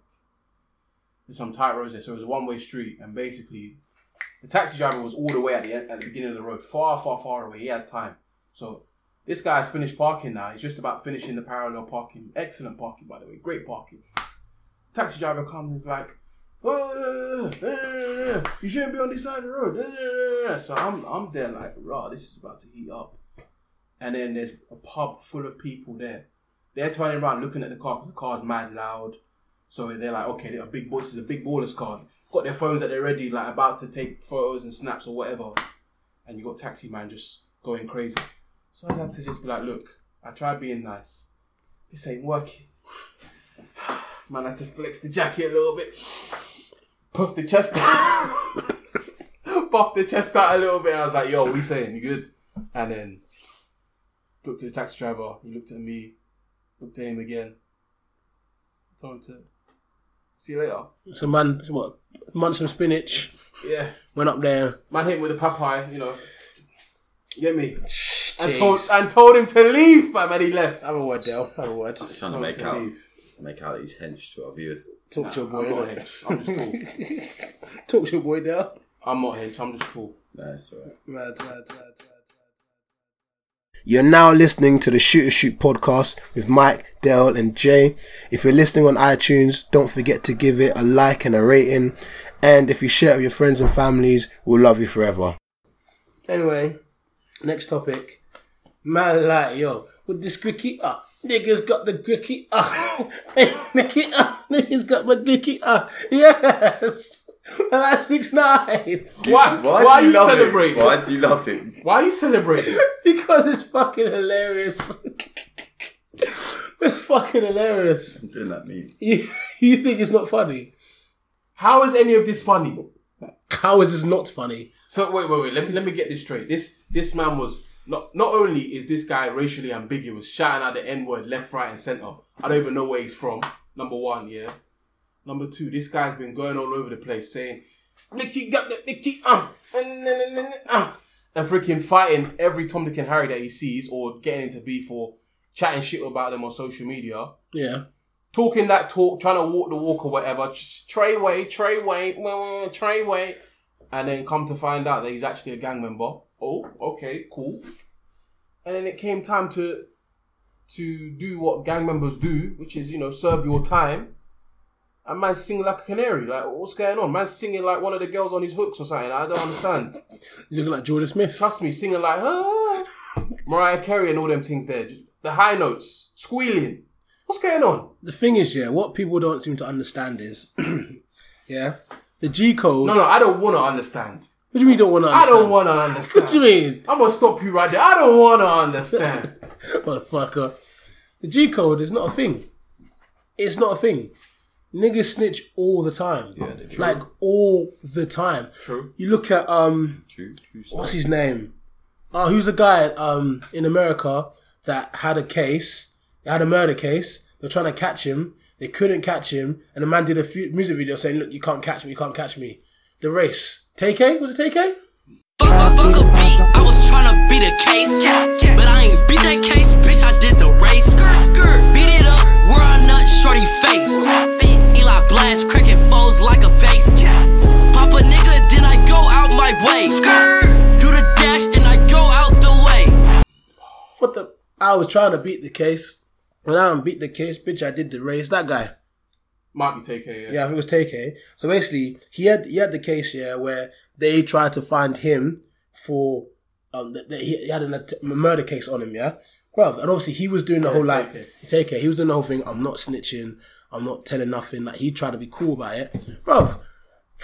there's some tight roads there, so it was a one way street, and basically the taxi driver was all the way at the end, at the beginning of the road, far far far away. He had time, so This guy's finished parking now. He's just about finishing the parallel parking. Excellent parking, by the way. Great parking. Taxi driver comes and is like, "Oh, you shouldn't be on this side of the road. So I'm, I'm there like, rah, this is about to heat up. And then there's a pub full of people there. They're turning around looking at the car because the car's mad loud. So they're like, okay, they're a big ball. This is a big ballers card. Got their phones at their ready, like about to take photos and snaps or whatever. And you got taxi man just going crazy. So I had to just be like, look, I tried being nice. This ain't working. Man, I had to flex the jacket a little bit, puff the chest out, puff the chest out a little bit. I was like, yo, we saying you good? And then looked at the taxi driver. He looked at me, looked at him again. Told him to see you later. So man, what? Munch some spinach. Yeah. Went up there. Man hit him with a papaya, you know. Get me. And Jeez. told, and told him to leave, fam, and he left. Have a word, Dale. Have a word. Trying to Told make to out, leave. make out he's hench to our viewers. Talk to your boy. I'm not innit? hench. I'm just tall. Talk to your boy, Dale. I'm not hench. I'm just tall. That's right. Mad, mad, mad, You're now listening to the Shooter Shoot podcast with Mike, Dale, and Jay. If you're listening on iTunes, don't forget to give it a like and a rating. And if you share it with your friends and families, we'll love you forever. Anyway, next topic. Man, like, yo, with this quickie up. Niggas got the quickie up. Niggas up. Niggas got my dicky up. Yes. And I six nine. Why, why, do are you love it? celebrating? Why? Why do you love it? are you celebrating? Because it's fucking hilarious. it's fucking hilarious. Doing that meme. You, you think it's not funny? How is any of this funny? How is this not funny? So wait, wait, wait. Let me let me get this straight. This this man was not not only is this guy racially ambiguous, shouting out the n word left, right, and center. I don't even know where he's from. Number one, yeah. Number two, this guy's been going all over the place saying, "Nicky got the Nicky uh, uh, na, na, na, na, uh," and freaking fighting every Tom, Dick, and Harry that he sees, or getting into beef, or chatting shit about them on social media. Yeah. talking that talk, trying to walk the walk or whatever. Just Trey Way, Trey Way, mm, Trey Way, and then come to find out that he's actually a gang member. Oh, okay, cool. And then it came time to to do what gang members do, which is you know serve your time. And man singing like a canary. Like what's going on? Man singing like one of the girls on his hooks or something. I don't understand. Looking like Jordan Smith. Trust me, singing like ah. Mariah Carey and all them things there. Just the high notes, squealing. What's going on? The thing is, yeah, what people don't seem to understand is, yeah, the G code. No, no, I don't want to understand. What do you mean you don't want to I understand? don't want to understand. What do you mean? I'm gonna stop you right there. I don't want to understand. Motherfucker. The G code is not a thing. It's not a thing. Niggas snitch all the time. Yeah, they do. like all the time. True. You look at um True, true. what's his name? Oh, who's the guy um, in America that had a case, had a murder case. They're trying to catch him. They couldn't catch him, and the man did a few music video saying, "Look, you can't catch me. You can't catch me." The race. TK was it TK? Fuck, fuck, fuck a beat. I was tryna beat a case. But I ain't beat that case, bitch. I did the race. Beat it up, we're a nut, shorty face. Eli blast, cracking foes like a vase. Pop a nigga, then I go out my way. Do the dash, then I go out the way. What the? I was trying to beat the case. When I didn't beat the case, bitch, I did the race. That guy. Might be TK. Yeah. Yeah, I think it was TK. So basically, he had he had the case here where they tried to find him for um that, that he he had an, att- a murder case on him. Yeah, bruv. And obviously, he was doing the whole like TK. He was doing the whole thing. I'm not snitching. I'm not telling nothing. Like he tried to be cool about it, bruv.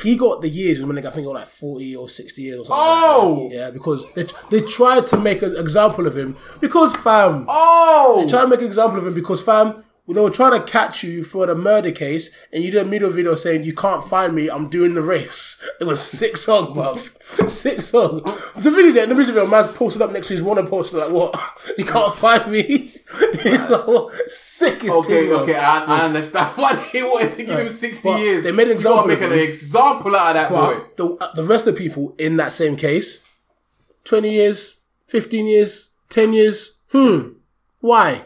He got the years when I think he got like forty or sixty years or something. like that. Oh, Yeah, because they, they tried to make an example of him because fam, oh. trying to make an example of him because fam they were trying to catch you for the murder case and you did a middle video saying you can't find me i'm doing the race it was six song bruv six song the thing is that in the music video man's posted up next to his wanna poster like what you can't find me It's like, what? sick as Okay, thing, bruv. okay, I, I understand why they wanted to give him 60 But years. they made an You gotta example of make an him. example out of that boy. But the, uh, the rest of the people in that same case 20 years 15 years 10 years hmm why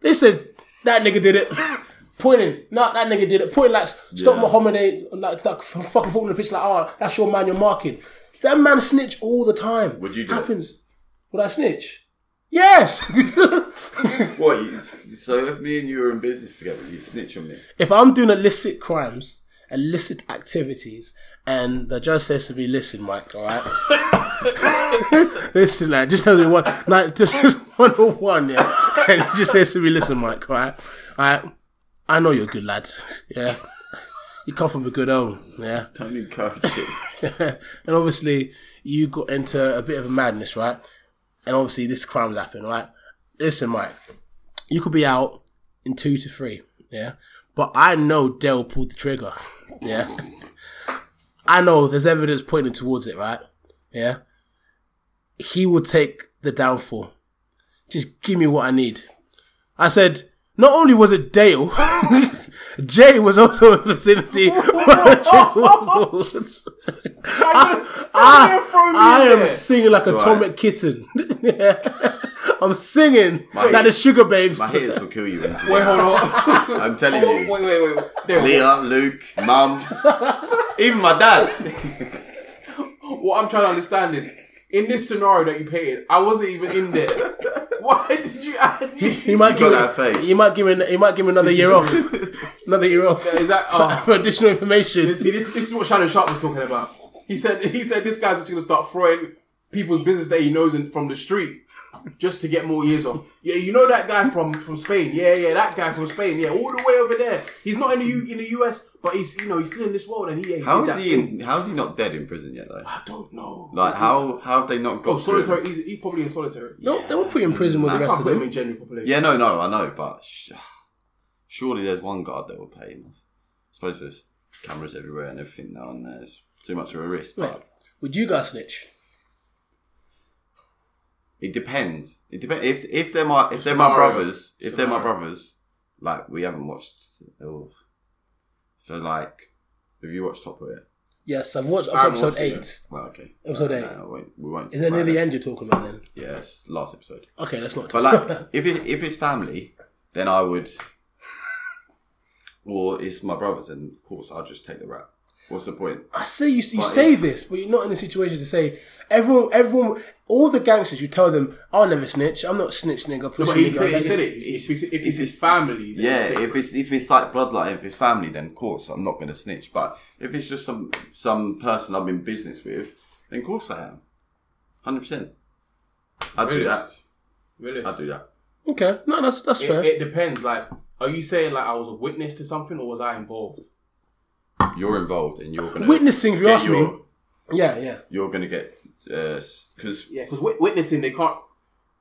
they said that nigga did it pointing no that nigga did it pointing like stop Yeah. Muhammad eh, like, like f- fucking falling the pitch like oh that's your man you're marking that man snitch all the time Would you do it? happens would I snitch Yes. What? You, so if me and you were in business together, you'd snitch on me. if I'm doing illicit crimes, illicit activities, and the judge says to me, "Listen, Mike, all right, listen, like, just tells me one, like, just one on one, yeah," and he just says to me, "Listen, Mike, all right, all right, I know you're a good lad, yeah." You come from a good home, yeah, Don't encourage it. and obviously you got into a bit of a madness, right? And obviously this crime's happened, right? Listen, Mike, you could be out in two to three, yeah. But I know Dell pulled the trigger, yeah. I know there's evidence pointing towards it, right? Yeah. He will take the downfall. Just give me what I need. I said, not only was it Dale, Jay was also in the vicinity. when the trigger was pulled. I, I am am. singing like It's Atomic alright. Kitten. I'm singing like the ears- Sugar Babes. My haters will kill you. in jail. Wait, hold on. I'm telling wait, you. wait, wait, wait. There, Leah, Luke, Mum, even my dad. What I'm trying to understand is, in this scenario that you painted, I wasn't even in there. Why did you add me? He got might give that face. He might give him. He might give him another year off. Another year off Is that? Oh, for additional information. see, this, this is what Shannon Sharp was talking about. He said he said this guy's just gonna start throwing people's business that he knows in, from the street just to get more years off. Yeah, you know that guy from, from Spain. Yeah, yeah, that guy from Spain. Yeah, all the way over there. He's not in the U, in the US, but he's you know he's still in this world and he. Yeah, he How did is that he? thing. In, how is he not dead in prison yet? Though, I don't know. like how how have they not got? Oh, to him? solitary. He's, he's probably in solitary. They won't- they won't put him in prison with the I rest can't of put him in them. general population. Yeah, no, no, I know, but sh- surely there's one guard that will pay him. off. I suppose there's cameras everywhere and everything now, and there's too much of a risk. But Would you guys snitch? it depends. It depends if if they're my if they're my Scenario. brothers, if they're my Scenario. brothers, like we haven't watched. Oh, so like, have you watched Top Gear? Yes, I've watched up I to haven't episode watched it eight. Well, okay. Episode Uh, eight. no, we, we won't. Oh, Is that talk near about the end you're talking about then? Yeah, it's last episode. Okay, let's not. But Talk. like, if it, if it's family, then I would. Or it's my brothers, and of course I'll just take the rap. What's the point? I say you, you But say if- this, but you're not in a situation to say everyone, everyone, all the gangsters. You tell them, "I'll never snitch. I'm not a snitch, nigga." Pussy, But he nigga. said, he Like, said it. it's- If, it's, if it's- it's his family, then Yeah, it's if it's if it's like bloodline, if it's family, then of course I'm not going to snitch. But if it's just some some person I'm in business with, then of course I am, hundred percent. I'd do that. realist. Realist. I'd do that. Okay, no, that's that's fair. It, it depends. Like, are you saying like I was a witness to something, or was I involved? You're involved, and you're going to Witnessing, if you ask me. yeah, yeah. You're going to get uh, because Yeah, because witnessing they can't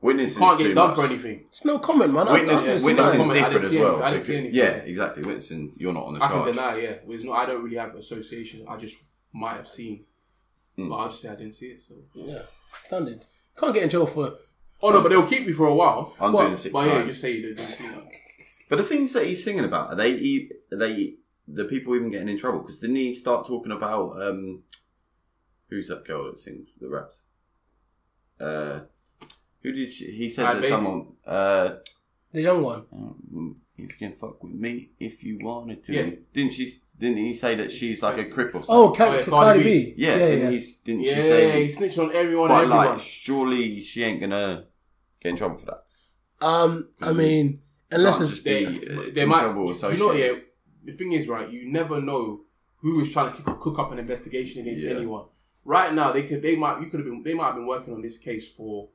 witnessing can't is too get done much. for anything. It's no comment, man. I- Witness, I- I- it's witnessing not- is I different didn't as see anything. well. I didn't see because- anything. yeah, exactly. Witnessing, you're not on the I can charge. deny. Yeah, it's not. I don't really have association. I just might have seen, Hmm. but I'll just say I didn't see it. So. Yeah, standard. Can't get in jail for. Oh no, but they'll keep me for a while. I'm Well, doing six But times. yeah, just say you didn't see it. But the things that he's singing about, are they e- are they the people even getting in trouble? Because didn't he start talking about um, who's that girl that sings the raps? Uh, who did she, he said Hi, that baby. someone? Uh, The young one. um, you can fuck with me if you wanted to. Yeah. Didn't she? Didn't he say that she's like a crip or something? Oh, Ka- Oh, yeah, Ka- Cardi Cardi B. B. yeah. yeah, didn't yeah. he s- didn't Yeah, she say? he snitched on everyone. but and everyone. like, surely she ain't gonna get in trouble for that. Um, I mean, unless Can't it's just they, be, uh, they in might. trouble or Do you know? what, associated. Yeah, the thing is, right? You never know who is trying to kick, cook up an investigation against Yeah. anyone. Right now, they could. They might. You could have been. They might have been working on this case for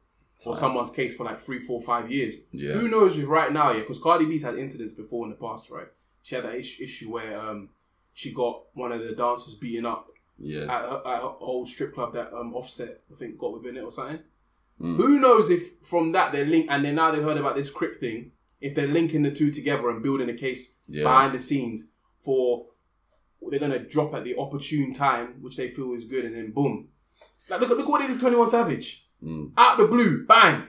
or someone's case for like three, four, five years. Yeah. Who knows? If right now, yeah, because Cardi B's had incidents before in the past, right? She had that issue, issue where um she got one of the dancers beaten up Yeah. at her, at her old strip club that um, Offset I think got within it or something. Mm. Who knows if from that they're linked and then now they heard about this Crip thing. If they're linking the two together and building a case Yeah. behind the scenes for what they're gonna drop at the opportune time, which they feel is good, and then boom. Like look, at- look at what they did to Twenty One Savage. Mm. Out the blue, bang.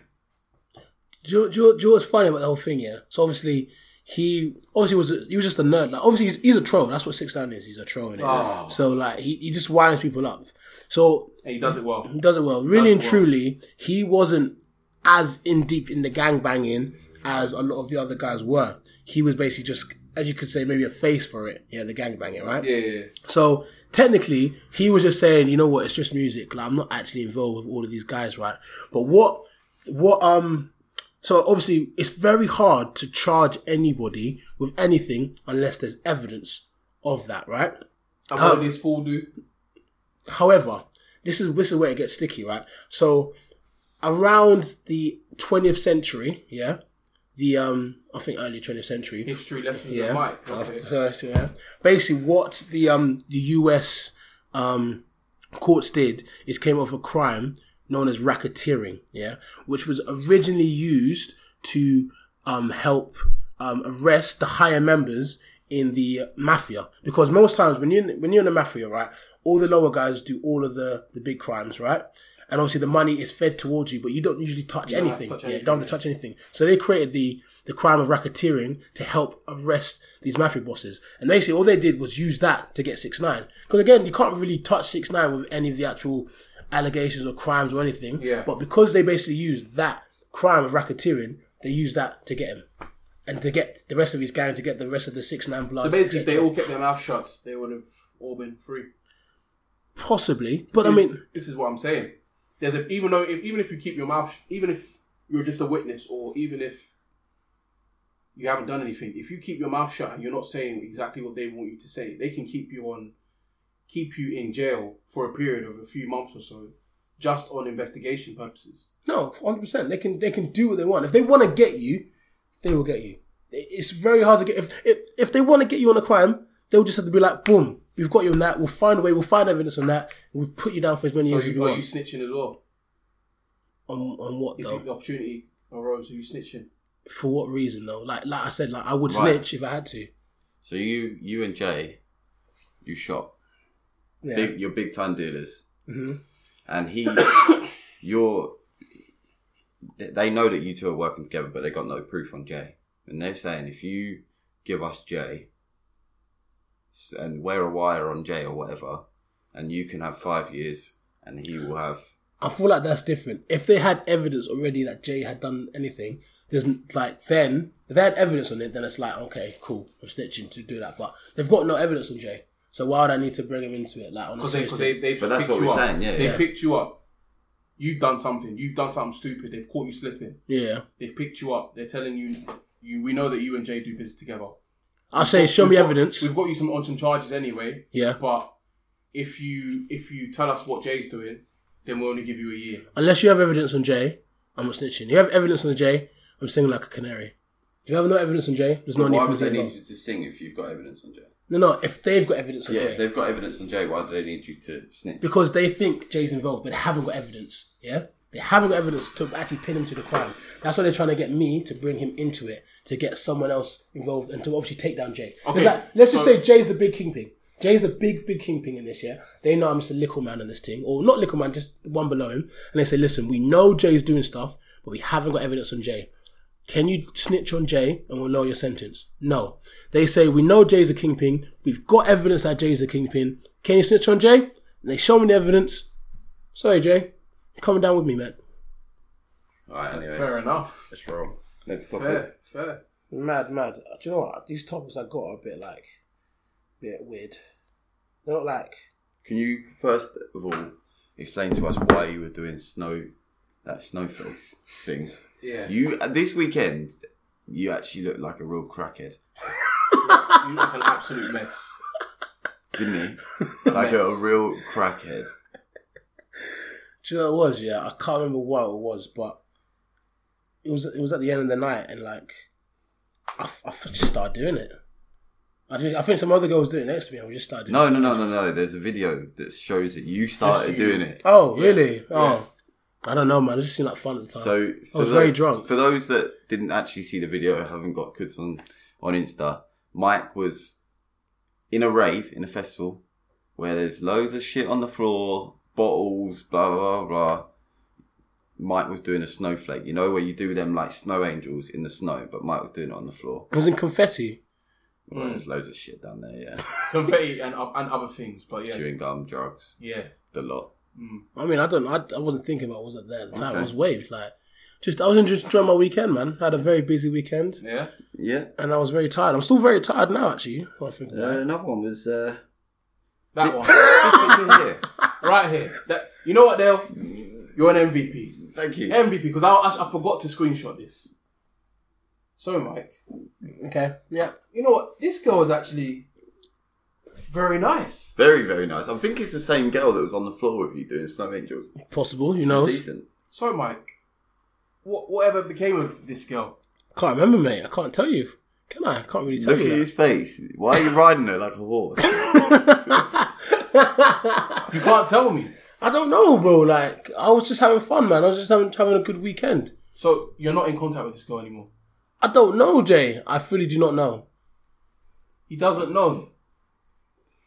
Do you, do, you, do you know what's funny about the whole thing? Yeah. So obviously he obviously was a, he was just a nerd. Like obviously he's, he's a troll. That's what six nine is. He's a troll. Innit? Oh. So like he, he just winds people up. So And he does it well. he does it well. Really and Does it well. truly, he wasn't as in deep in the gang banging as a lot of the other guys were. He was basically just, as you could say, maybe a face for it. Yeah, the gang banging, right? Yeah, yeah, yeah. So technically, he was just saying, you know what, it's just music. Like I'm not actually involved with all of these guys, right? But what what um So obviously, it's very hard to charge anybody with anything unless there's evidence of that, right? And Oh. what did this fool do? However, this is this is where it gets sticky, right? So around the 20th century, yeah, the um, I think early 20th century, History lessons yeah. of Mike. Okay. Uh, yeah. Basically, what the um the U.S. um courts did is came up with a crime known as racketeering, yeah, which was originally used to um help um arrest the higher members in the mafia because most times when you when you're in the mafia, right, all the lower guys do all of the the big crimes, right. And obviously, the money is fed towards you, but you don't usually touch don't have to anything. touch yeah, you anything, don't have to touch anything. So they created the the crime of racketeering to help arrest these mafia bosses. And basically, all they did was use that to get six nine. Because again, you can't really touch six nine with any of the actual allegations or crimes or anything. Yeah. But because they basically used that crime of racketeering, they used that to get him and to get the rest of his gang, to get the rest of the six nine bloods. So basically, if they etc. all kept their mouth shut, they would have all been free. possibly, but I This- mean, this is what I'm saying. There's a, even though if, even if you keep your mouth, sh- even if you're just a witness, or even if you haven't done anything, if you keep your mouth shut and you're not saying exactly what they want you to say, they can keep you on, keep you in jail for a period of a few months or so, just on investigation purposes. No, hundred percent. They can they can do what they want. If they want to get you, they will get you. It- It's very hard to get. If if, if they want to get you on a crime, they'll just have to be like, boom, we've got you on that. We'll find a way. We'll find evidence on that. And we'll put you down for as many So years as you, you are want. you snitching as well? on, on what If though? you, the opportunity arose, are you snitching? For what reason though? Like like I said, like I would Right. snitch if I had to. So you, you and Jay, you shot. Yeah. Big, you're big time dealers, Mhm. and he, you're. they- They know that you two are working together, but they got no proof on Jay, and they're saying if you give us Jay, s- and wear a wire on Jay or whatever, and you can have five years, and he will have. I feel like that's different. If they had evidence already that Jay had done anything, there's n- like then if they had evidence on it, then it's like okay, cool, I'm snitching to do that. But they've got no evidence on Jay, so why would I need to bring him into it? Like on a Because they, serious cause thing? they, they've But that's picked what you we're up. saying, yeah, they yeah. picked you up. You've done something. You've done something stupid. They've caught you slipping. yeah. They've picked you up. They're telling you, you we know that you and Jay do business together. I'll say, show We've me got- evidence. We've got you some on some charges anyway. Yeah. But if you if you tell us what Jay's doing, then we'll only give you a year. Unless you have evidence on Jay, I'm not snitching. You have evidence on Jay, I'm singing like a canary. You have no evidence on Jay, there's no why need would for they me to need involved. you to sing if you've got evidence on Jay? No, no, if they've got evidence on Yeah, Jay. if they've got evidence on Jay, why do they need you to snitch? because they think Jay's involved, but they haven't got evidence. Yeah, they haven't got evidence to actually pin him to the crime. That's why they're trying to get me to bring him into it to get someone else involved and to obviously take down Jay. It's Okay, like- let's just so- say Jay's the big kingpin. Jay's the big, big kingpin in this, yeah? They know I'm just a little man in this thing, or not little man, just one below him. And they say, listen, we know Jay's doing stuff, but we haven't got evidence on Jay. Can you snitch on Jay and we'll lower your sentence? No. They say, we know Jay's a kingpin. We've got evidence that Jay's a kingpin. Can you snitch on Jay? And they show me the evidence. Sorry, Jay. You're coming down with me, man. Alright, anyways. Fair enough. That's wrong. Next topic. Fair, fair. Mad, mad. Do you know what? These topics I got are a bit like, bit weird. They're not like, Can you first of all explain to us why you were doing snow that snowfield thing? Yeah. You uh, this weekend you actually looked like a real crackhead, You look an absolute mess. didn't you? like a, Yes. real crackhead. Do you know what it was? Yeah, I can't remember what it was, but it was it was at the end of the night, and like I, f- I f- just started doing it. I think I think some other girl was doing it next to me, and we just started. Doing No, it. no, no, no, no. There's a video that shows that you started you. doing it. Oh, Yeah. really? Oh, I don't know, man. It just seemed like fun at the time. So I for was tho- very drunk. For those that didn't actually see the video, haven't got kids on on Insta, Mike was in a rave in a festival where there's loads of shit on the floor, bottles, blah blah blah. Mike was doing a snowflake, you know, where you do them like snow angels in the snow, but Mike was doing it on the floor. it was in confetti. Mm. Well, There's loads of shit down there, yeah. Confetti and o- and other things, but yeah, Chewing gum, drugs, yeah. the lot. I mean, I don't. I, I wasn't thinking about what was at there at the time. Okay. It was waves, like just I was just enjoying my weekend, man. I had a very busy weekend, Yeah, Yeah. and I was very tired. I'm still very tired now, actually. when I think about it. another one was uh, that one yeah. right here. That you know what, Dale? You're an MVP. Thank you. MVP because I, I, I forgot to screenshot this. So Mike, Okay. Yeah. you know what? This girl is actually very nice. Very, very nice. I think it's the same girl that was on the floor with you doing Snow Angels. Possible. Who knows? Decent. So Mike, what whatever became of this girl? Can't remember, mate. I can't tell you. Can I? I can't really tell Look at you. his face. Why are you riding her like a horse? You can't tell me. that. I don't know, bro. Like I was just having fun, man. I was just having having a good weekend. So you're not in contact with this girl anymore. I don't know, Jay. I fully do not know. He doesn't know.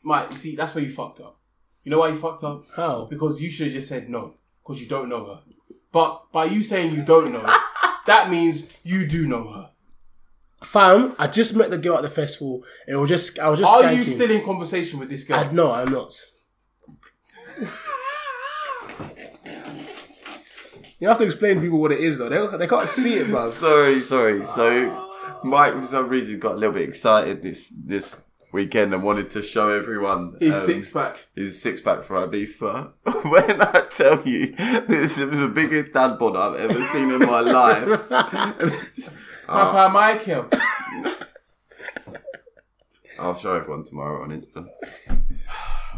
Mike, you see, that's where you fucked up. You know why you fucked up? How? Because you should have just said no, because you don't know her. But by you saying you don't know, that means you do know her. Fam, I just met the girl at the festival. It was just I was just. Are skanking. you still in conversation with this girl? I, no, I'm not. you have to explain to people what it is, though. They, they can't see it, bruv. sorry, sorry. So, Mike, for some reason, got a little bit excited this this weekend and wanted to show everyone His um, six pack. his six pack for Ibiza. when I tell you, this is the biggest dad bod I've ever seen in my life. uh, Papa Michael. I'll show everyone tomorrow on Insta.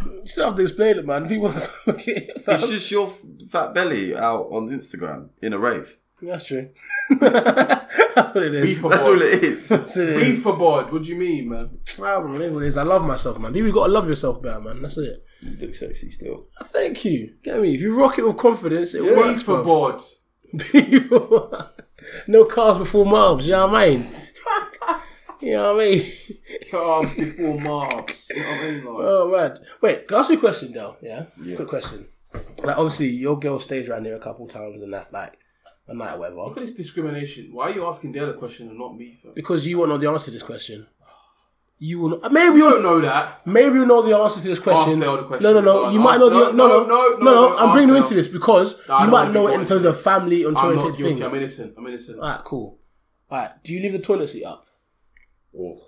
You still have to explain it, man. People look at it. fam. It's just your f- fat belly out on Instagram in a rave. That's true. That's what it Beef is. for That's all board. it is. That's what it is. Beef for board. What do you mean, man? Ah, bro, it is what it is. I love myself, man. People got to love yourself better, man. That's it. You look sexy still. Thank you. Get me? If you rock it with confidence, it Beef works, for bro. board. People. no cars before moms, you know what I mean? you know what I mean? Cut off before Marbs. You know what I mean? Like, Oh man! Wait, can I ask you a question though? Yeah, quick question. Like, obviously, your girl stays around here a couple times and that, like, a night or look whatever. at this discrimination. Why are you asking the other question and not me? Fam? Because you won't know the answer to this question. You will. Not, You maybe you'll don't know that. Maybe you know the answer to this question. the other question. No, no, Go no. on, You might ask- know no, the no, no, no, no. no, I'm bringing you ask into this because I don't you might wanna be know it brought in into terms of family I'm not oriented guilty. thing. I'm innocent. I'm innocent. Uh, Alright, cool. Alright, do you leave the toilet seat up? Oh,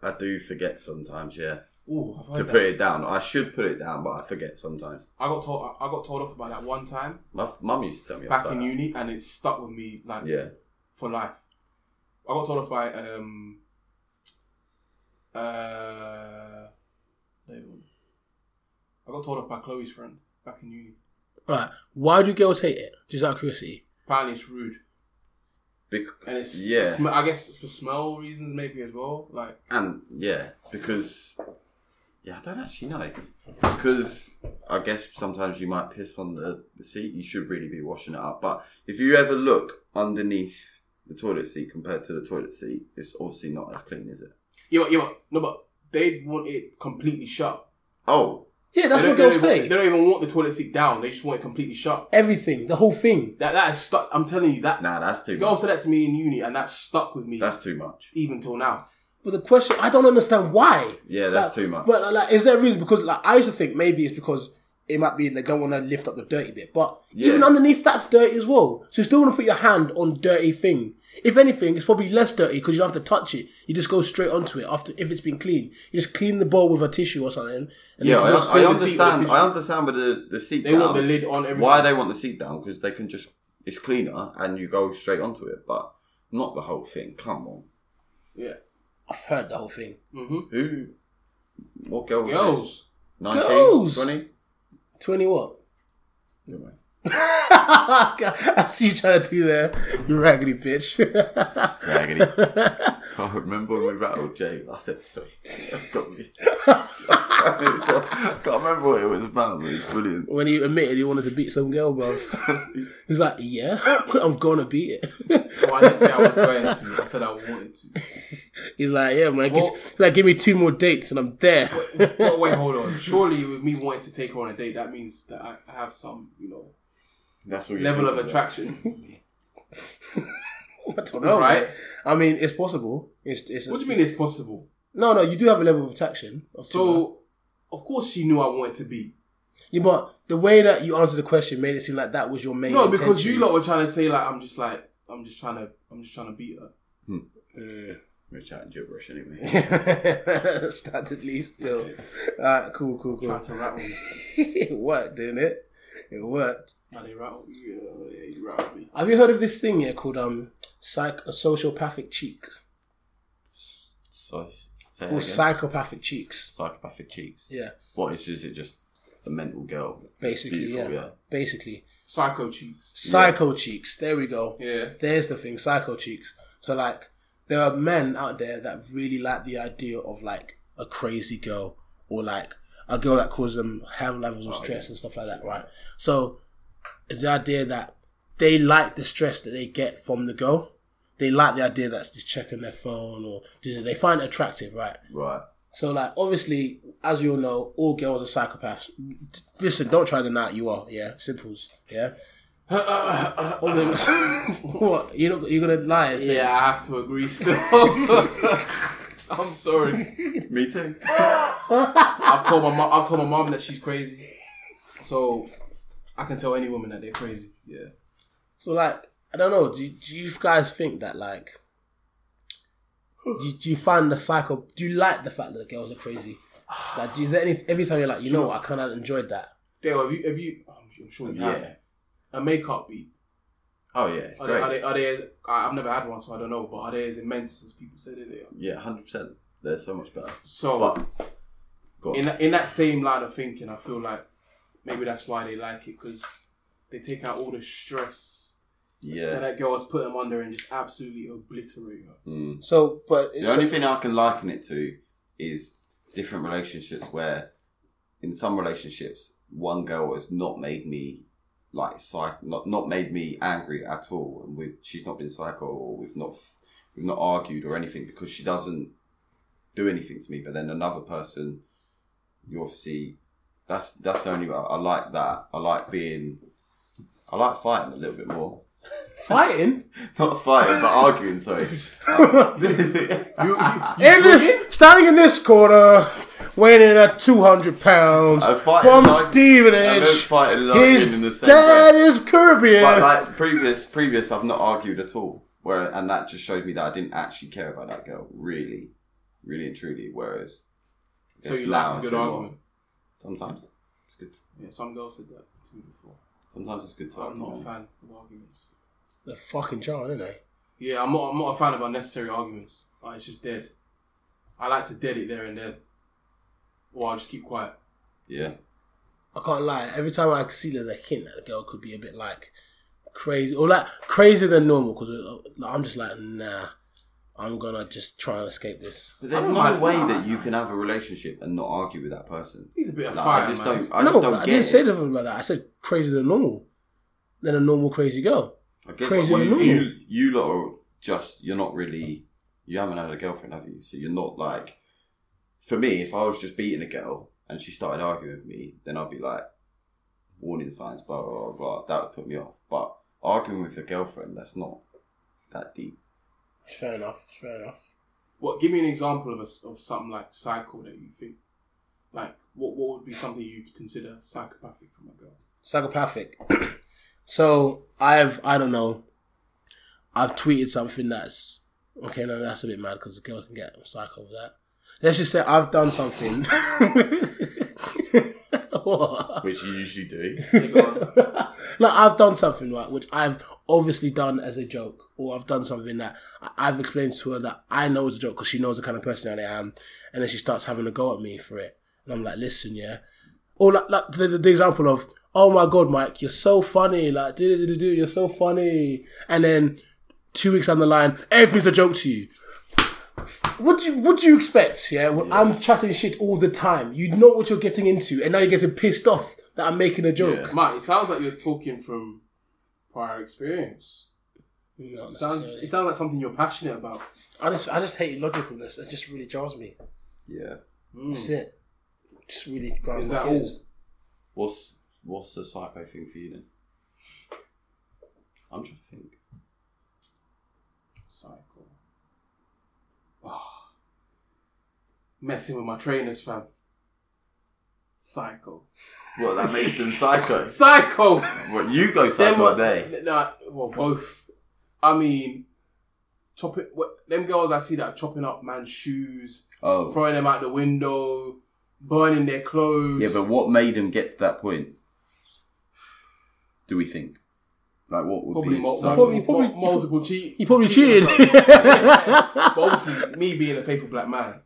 I do forget sometimes, yeah. Ooh, I've heard To that. put it down. I should put it down, but I forget sometimes. I got told I got told off about that one time My f- mum used to tell me back about in that. uni, and it stuck with me like Yeah. for life. I got told off by um uh I got told off by Chloe's friend back in uni. Alright, why do girls hate it? Just out of curiosity. Apparently, it's rude, Bec- and it's Yeah. sm- I guess for smell reasons maybe as well. Like and yeah, because yeah, I don't actually know. Because I guess sometimes you might piss on the seat. You should really be washing it up. But if you ever look underneath the toilet seat compared to the toilet seat, it's obviously not as clean, is it? you know, you know, no, but they want it completely shut. Oh, Yeah, They that's what don't- girls they don't- They say. don't even want the toilet seat down. They just want it completely shut. Everything, the whole thing. That that is stuck. I'm telling you that. nah, that's too. Girl Much. said that to me in uni, and that stuck with me That's too much. even till now. But the question, I don't understand why. Yeah, that's Like, too much. But like, is there a reason? Because like, I used to think maybe it's because it might be they don't want to lift up the dirty bit, but Yeah. even underneath that's dirty as well. So you still want to put your hand on dirty thing. If anything, it's probably less dirty because you don't have to touch it. You just go straight onto it after if it's been clean. You just clean the bowl with a tissue or something. And yeah, then- I, I the seat with the understand. tissue. I understand with the, the seat They down. want the lid on everything. Why they want the seat down? Because they can just it's cleaner and you go straight onto it, but not the whole thing. Come on, Yeah. I've heard the whole thing. who? What girl was this? Girls. 19, Girls! 20? Twenty what? Never mind. I see you trying to do there. You raggedy bitch. Raggedy. I remember when we rattled Jay last episode. That's got me. I can't remember what it was about, but it's brilliant. when he admitted he wanted to beat some girl, bro. He's like, yeah, I'm gonna beat it. Well, I didn't say I was going to. I said I wanted to. He's like, yeah, man. Well- he's like, give me two more dates and I'm there. But wait, hold on. Surely, with me wanting to take her on a date, that means that I I have some, you know, That's what you level think of about. attraction, I don't know, right? right? I mean, it's possible. It's, it's What do you mean it's possible? No, no, you do have a level of attraction. Of so, So, of course, she knew I wanted to be. yeah, but the way that you answered the question made it seem like that was your main. No, because intention. you lot were trying to say like I'm just like I'm just trying to I'm just trying to beat her. We're chatting gibberish anyway. standardly still. Alright, cool, cool, cool. Trying to rattle me. it worked, didn't it? It worked. Now they rattle. Yeah, they rattle me. Have you heard of this thing here called um psych uh, sociopathic cheeks So say that or again. psychopathic cheeks? psychopathic cheeks. Yeah, What is is it just a mental girl? basically, yeah. Beautiful, yeah. basically Psycho cheats. psycho cheeks. There we go. Yeah. There's the thing, psycho cheeks. So like, there are men out there that really like the idea of like a crazy girl or like a girl that causes them hell levels of stress and stuff like that, right? So it's the idea that they like the stress that they get from the girl. They like the idea that's just checking their phone or they find it attractive, right? Right. So, like, obviously, as you all know, all girls are psychopaths. Listen, don't try to deny it, you are. Yeah, simples. Yeah. All the- what you know? You're gonna lie and say Yeah, I have to agree still. I'm sorry. Me too. I've told my mom. I've told my mom that she's crazy. So I can tell any woman that they're crazy. Yeah. so. Like, I don't know. Do you, do you guys think that like? Do, do you find the psycho? Do you like the fact that girls are crazy? Like, do, is there any every time you're like, you know what, I kind of enjoyed that. Dale, have you? Have you? I'm su- I'm sure you Yeah. have. A makeup beat. Oh yeah, it's Are they, great. are they? Are they? I- I've never had one, so I don't know. But are they as immense as people say that they are? Yeah, hundred percent. They're so much better. So But go on. in that, in that same line of thinking, I feel like maybe that's why they like it because they take out all the stress that yeah. that girl has put them under and just absolutely obliterate her. Mm. So, but The so- only thing I can liken it to is different relationships where, in some relationships, one girl has not made me like psych, not not made me angry at all, and we she's not been psycho, or we've not f- we've not argued or anything because she doesn't do anything to me. But then another person, you obviously, that's that's the only I, I like that. I like being, I like fighting a little bit more. Fighting? Not fighting, but arguing. Sorry. You, you, In this, standing in this corner, weighing in at 200 pounds, I fight from like- I don't Stevenage, fight like his him in the same dad breath. is Caribbean. But like previous, previous, I've not argued at all. Where and that just showed me that I didn't actually care about that girl, really, really and truly. Whereas, so just you like a it's good been more- argument. Sometimes it's good. Yeah, some girls said that to me before. Sometimes it's good to I'm argue. not a man. fan of arguments. They're fucking John, aren't they? Yeah, I'm not, I'm not a fan of unnecessary arguments. Like, it's just dead. I like to dead it there and then. Or I'll just keep quiet. Yeah, I can't lie. Every time I see there's a hint that the girl could be a bit like crazy or like crazier than normal, because I'm just like, nah, I'm gonna just try and escape this. but there's don't no mind- way nah, that nah, you nah. can have a relationship and not argue with that person. He's a bit of Like, fire, I just man. don't. I no, just don't I get didn't it. say nothing like that. I said crazier than normal, than a normal crazy girl. I guess Crazy you, than normal. you, you lot are just you're not really you haven't had a girlfriend, have you? So you're not like for me, if I was just beating a girl and she started arguing with me, then I'd be like warning signs, blah blah blah, blah. That would put me off. But arguing with a girlfriend, that's not that deep. It's fair enough. it's Fair enough. What? Give me an example of a s of something like psycho that you think, like what what would be something you'd consider psychopathic from a girl? psychopathic. so I've I don't know. I've tweeted something that's okay. No, that's a bit mad because the girl can get psycho with that. Let's just say I've done something. What? Which you usually do. like I've done something right, which I've obviously done as a joke, or I've done something that I- I've explained to her that I know is a joke because she knows the kind of person that I am, and then she starts having a go at me for it, and I'm like, listen, yeah, or like, like the, the, the example of, oh my god, Mike, you're so funny, like do do do do, you're so funny, and then two weeks down the line, everything's a joke to you. What do you what do you expect? Yeah, when I'm chatting shit all the time, you know what you're getting into, and now you're getting pissed off that I'm making a joke. Mike, it sounds like you're talking from prior experience. Not It sounds necessarily. it sounds like something you're passionate about. I just I just hate illogicalness. It just really jars me. Yeah. That's it. Just really grinds Is my that gears. all? What's what's the psycho thing for you then? I'm trying to think. Psycho. Oh. Messing with my trainers, fam. Psycho. Well, that makes them psycho. Psycho. What you go Them psycho what? all day. Nah, well, both. I mean, chop it. What, them girls I see that are chopping up man's shoes, Oh, throwing them out the window, burning their clothes. yeah, but what made them get to that point? do we think? Like, what would Probably, be mul- some- probably- mul- probably- mul- multiple cheat. He probably cheating cheated. and stuff. but obviously, me being a faithful black man,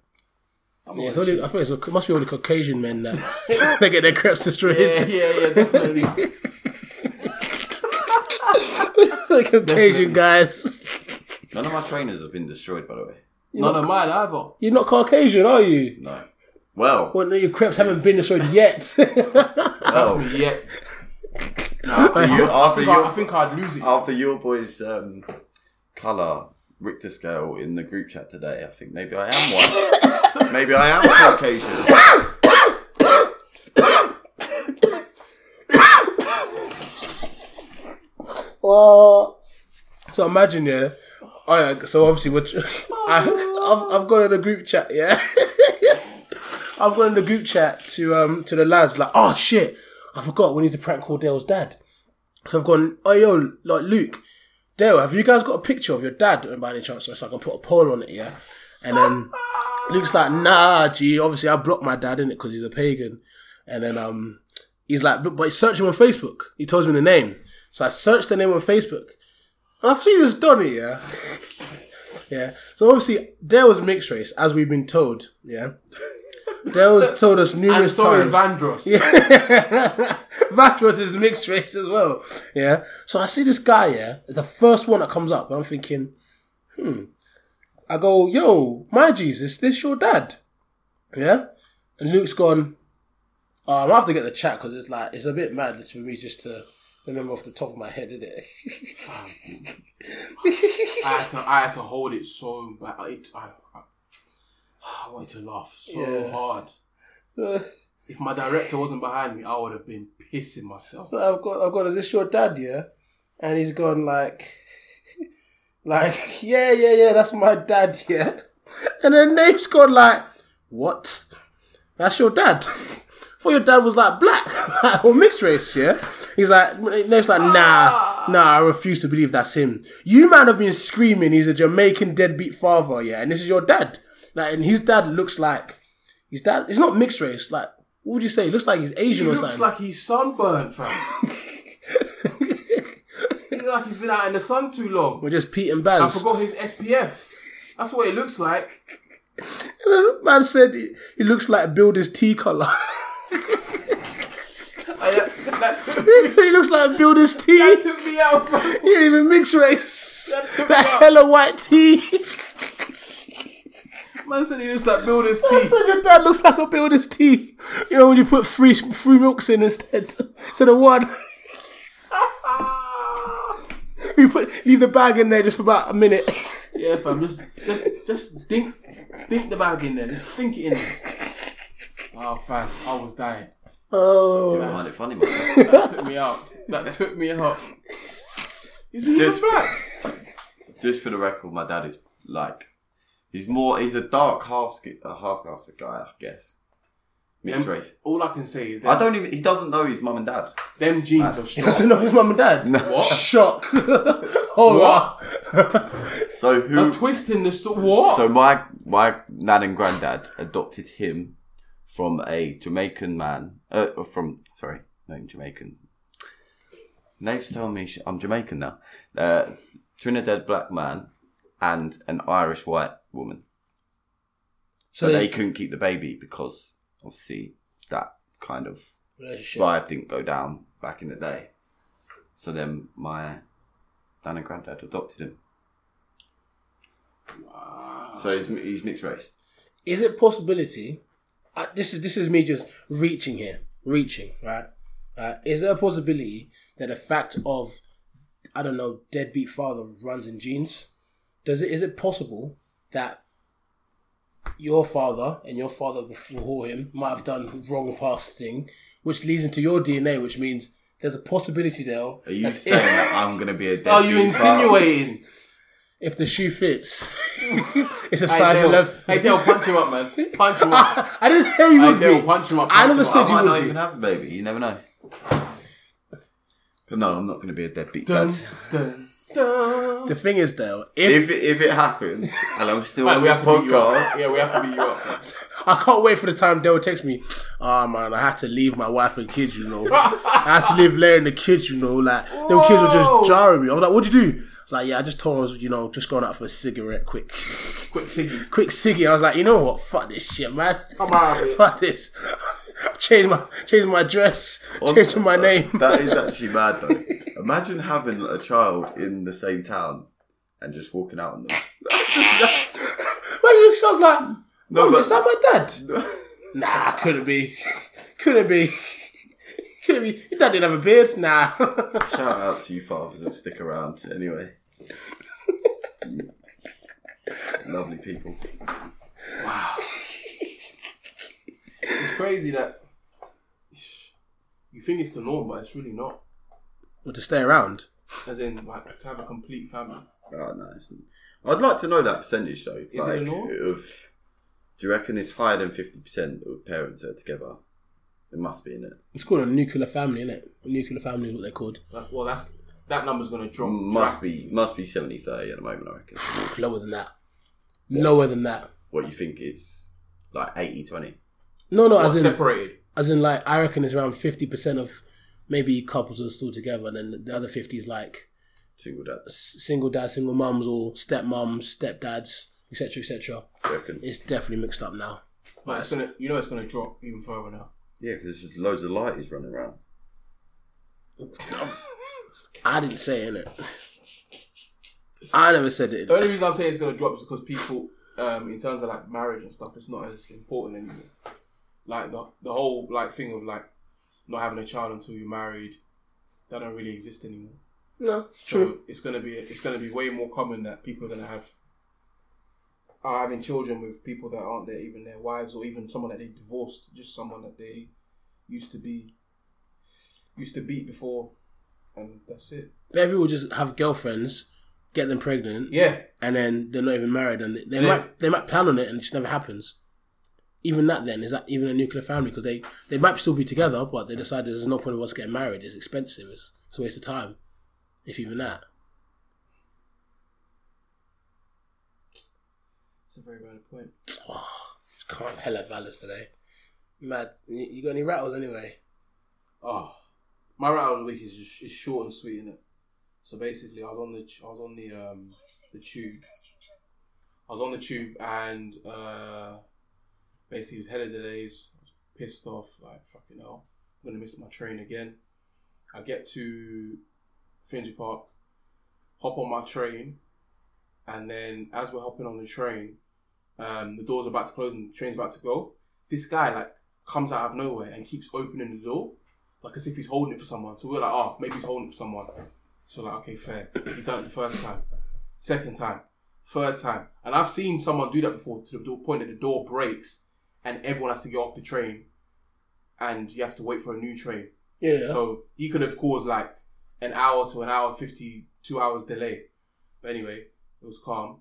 I'm Yeah, yeah, it's only, I think it's, it must be only Caucasian men that they get their creps destroyed. yeah, yeah, yeah, definitely. the Caucasian guys. None of my trainers have been destroyed, by the way. None of mine either. You're not Caucasian, are you? No. Well, Well, no, your creps haven't been destroyed yet. well, Yeah, after, you, after, I think I- I your, think I'd lose it. after your boys' um, colour Richter scale in the group chat today, I think maybe I am one. maybe I am Caucasian. so imagine, yeah. Oh, yeah. So obviously, what I, I've I've gone in the group chat, yeah. I've gone in the group chat to um to the lads like, oh shit, I forgot we need to prank Cordell's dad. So I've gone, oh yo, like Luke, Dale, have you guys got a picture of your dad by any chance so I can put a poll on it, yeah? And then Luke's like, nah, gee, obviously I blocked my dad in it because he's a pagan. And then um he's like, but, but search him on Facebook. He tells me the name. So I searched the name on Facebook. And I've seen this done it, yeah. yeah. So obviously Dale was mixed race, as we've been told, yeah. Dale's told us and numerous so is times. Vandross. Vandross is mixed race as well. Yeah. So I see this guy, yeah, the first one that comes up, and I'm thinking, hmm. I go, yo, my G's, is this your dad? Yeah. And Luke's gone, oh, I'm gonna have to get the chat because it's like, it's a bit mad for me just to remember off the top of my head, isn't it? I had to, I had to hold it so bad. I, I, I, I wanted to laugh so Yeah. hard. If my director wasn't behind me, I would have been pissing myself. So I've got, I've got, is this your dad? Yeah, and he's gone like, like, yeah, yeah, yeah, that's my dad. Yeah, and then Nate's gone like, what? That's your dad. Thought your dad was like black or mixed race. Yeah, he's like, Nate's like, nah, nah, I refuse to believe that's him. You man have been screaming. He's a Jamaican deadbeat father. Yeah, and this is your dad. Like, and his dad looks like his dad. He's not mixed race. Like, what would you say? He looks like he's He Asian or looks something. like he's sunburned, fam. he looks like he's been out in the sun too long. We're just Pete and I Baz. forgot his SPF. That's what it looks like. Man said he, he looks like Builder's tea colour. I, that, took, he looks like Builder's tea. that took me out, fam. he ain't even mixed race. That took That, me out. hella white tea. Man said he looks like builder's I teeth. said your dad looks like a Builder's tea. You know when you put three three milks in instead instead of one. you put leave the bag in there just for about a minute. Yeah, fam, just just just dink dink the bag in there. Just dink it in there. Oh fam, I was dying. Oh, I find it funny, myself. That took me out. That took me out. Is he even Just- black? Just for the record, my dad is like, he's more, he's a dark half sk- a half caste guy, I guess. Mixed Them- race. All I can say is I that don't even, he doesn't know his mum and dad. them jeans are he doesn't strong. know his mum and dad. What? Shock. Horror. So A who, twist in the so- what? So my my nan and granddad adopted him from a Jamaican man. Uh, from sorry, no I'm Jamaican. Nate's telling me sh- I'm Jamaican now. Uh, Trinidad black man and an Irish white woman. So So they they, couldn't keep the baby because obviously that kind of relationship. vibe didn't go down back in the day. So then my nan and granddad adopted him. So he's, mi- he's mixed race. is it possibility? Uh, this is this is me just reaching here, reaching right. Uh, is there a possibility that the fact of I don't know deadbeat father runs in genes? Does it is it possible that your father and your father before him might have done wrong past thing, which leads into your DNA, which means there's a possibility there. Are you that saying that I'm gonna be a deadbeat? Are Oh, you insinuating? if, if the shoe fits, it's a Hey, size Dale. eleven? Hey Dale, punch him up, man. Punch him up. I didn't say you Hey would Dale, be. punch him up. I punch never him said up. you I might would not be. even have a baby. You never know. But no, I'm not going to be a deadbeat Dun, dad. dun, dun. The thing is, though, If it, if it happens, and I'm still Right, on we this have to beat you up. podcast, Yeah, we have to beat you up. I can't wait for the time Dale texts me. oh man, I had to leave my wife and kids, you know. I had to leave Larry and the kids, you know. Like, them kids Whoa. were just jarring me. I was like, what'd you do? It's like, yeah, I just told her, I was, you know, just going out for a cigarette quick. Quick singing. quick ciggy. I was like, you know what? Fuck this shit, man. Come out of it. Fuck this. Change my change my dress. Change my name. That is actually mad though. Imagine having a child in the same town and just walking out on them. But I was like, no, but- is that my dad? Nah, couldn't be. Couldn't be. Couldn't be. Your dad didn't have a beard. Nah. Shout out to you fathers that stick around anyway. Lovely people. It's crazy that you think it's the norm, but it's really not. well, to stay around. As in, like, to have a complete family. Oh, nice. I'd like to know that percentage though. it like, a law? Of, do you reckon it's higher than fifty percent of parents that are together? It must be in it. It's called a nuclear family, isn't it? A nuclear family is what they're called. Like, well, that's that number's gonna drop. Must be must be 70-30 at the moment. I reckon. Lower than that. Lower than that. what you think it's like 80-20. No, no. as in, separated. as in, like I reckon it's around fifty percent of maybe couples are still together, and then the other fifty is like single dads. s- single dads, single mums, or stepmoms, stepdads, etc., etc. I reckon. It's definitely mixed up now. But it's gonna, you know, it's gonna drop even further now. Yeah, because there's just loads of lighties running around. I didn't say it, innit? I never said it. The only reason I'm saying it's gonna drop is because people, um, in terms of like marriage and stuff, it's not as important anymore. Like the the whole like thing of like not having a child until you're married, that don't really exist anymore. No, it's So true. it's gonna be it's gonna be way more common that people are gonna have are having children with people that aren't their even their wives or even someone that they divorced, just someone that they used to be used to beat before, and that's it. Maybe we'll just have girlfriends, get them pregnant, Yeah, and then they're not even married, and they, they Yeah. might they might plan on it, and it just never happens. Even that, then, is that even a nuclear family? Because they they might still be together, but they decide there's no point of us getting married. It's expensive. It's, it's a waste of time. If even that. it's a very valid point. Just can't hella valors today. Mad. You you got any rattles anyway? Oh, my route of the week is just, is short and sweet, innit? So basically, I was on the t- I was on the um the tube. I was on the tube and uh, basically it was hella delays. I was pissed off, like fucking hell, I'm gonna miss my train again. I get to Finsbury Park, hop on my train, and then as we're hopping on the train, um, the door's about to close and the train's about to go. This guy like comes out of nowhere and keeps opening the door like as if he's holding it for someone. So we're like, oh, maybe he's holding it for someone. So like, okay, fair. He's done it the first time, second time, third time, and I've seen someone do that before to the door- point that the door breaks and everyone has to get off the train, and you have to wait for a new train. Yeah. So he could have caused like an hour to an hour and fifty, two hours delay. But anyway, it was calm.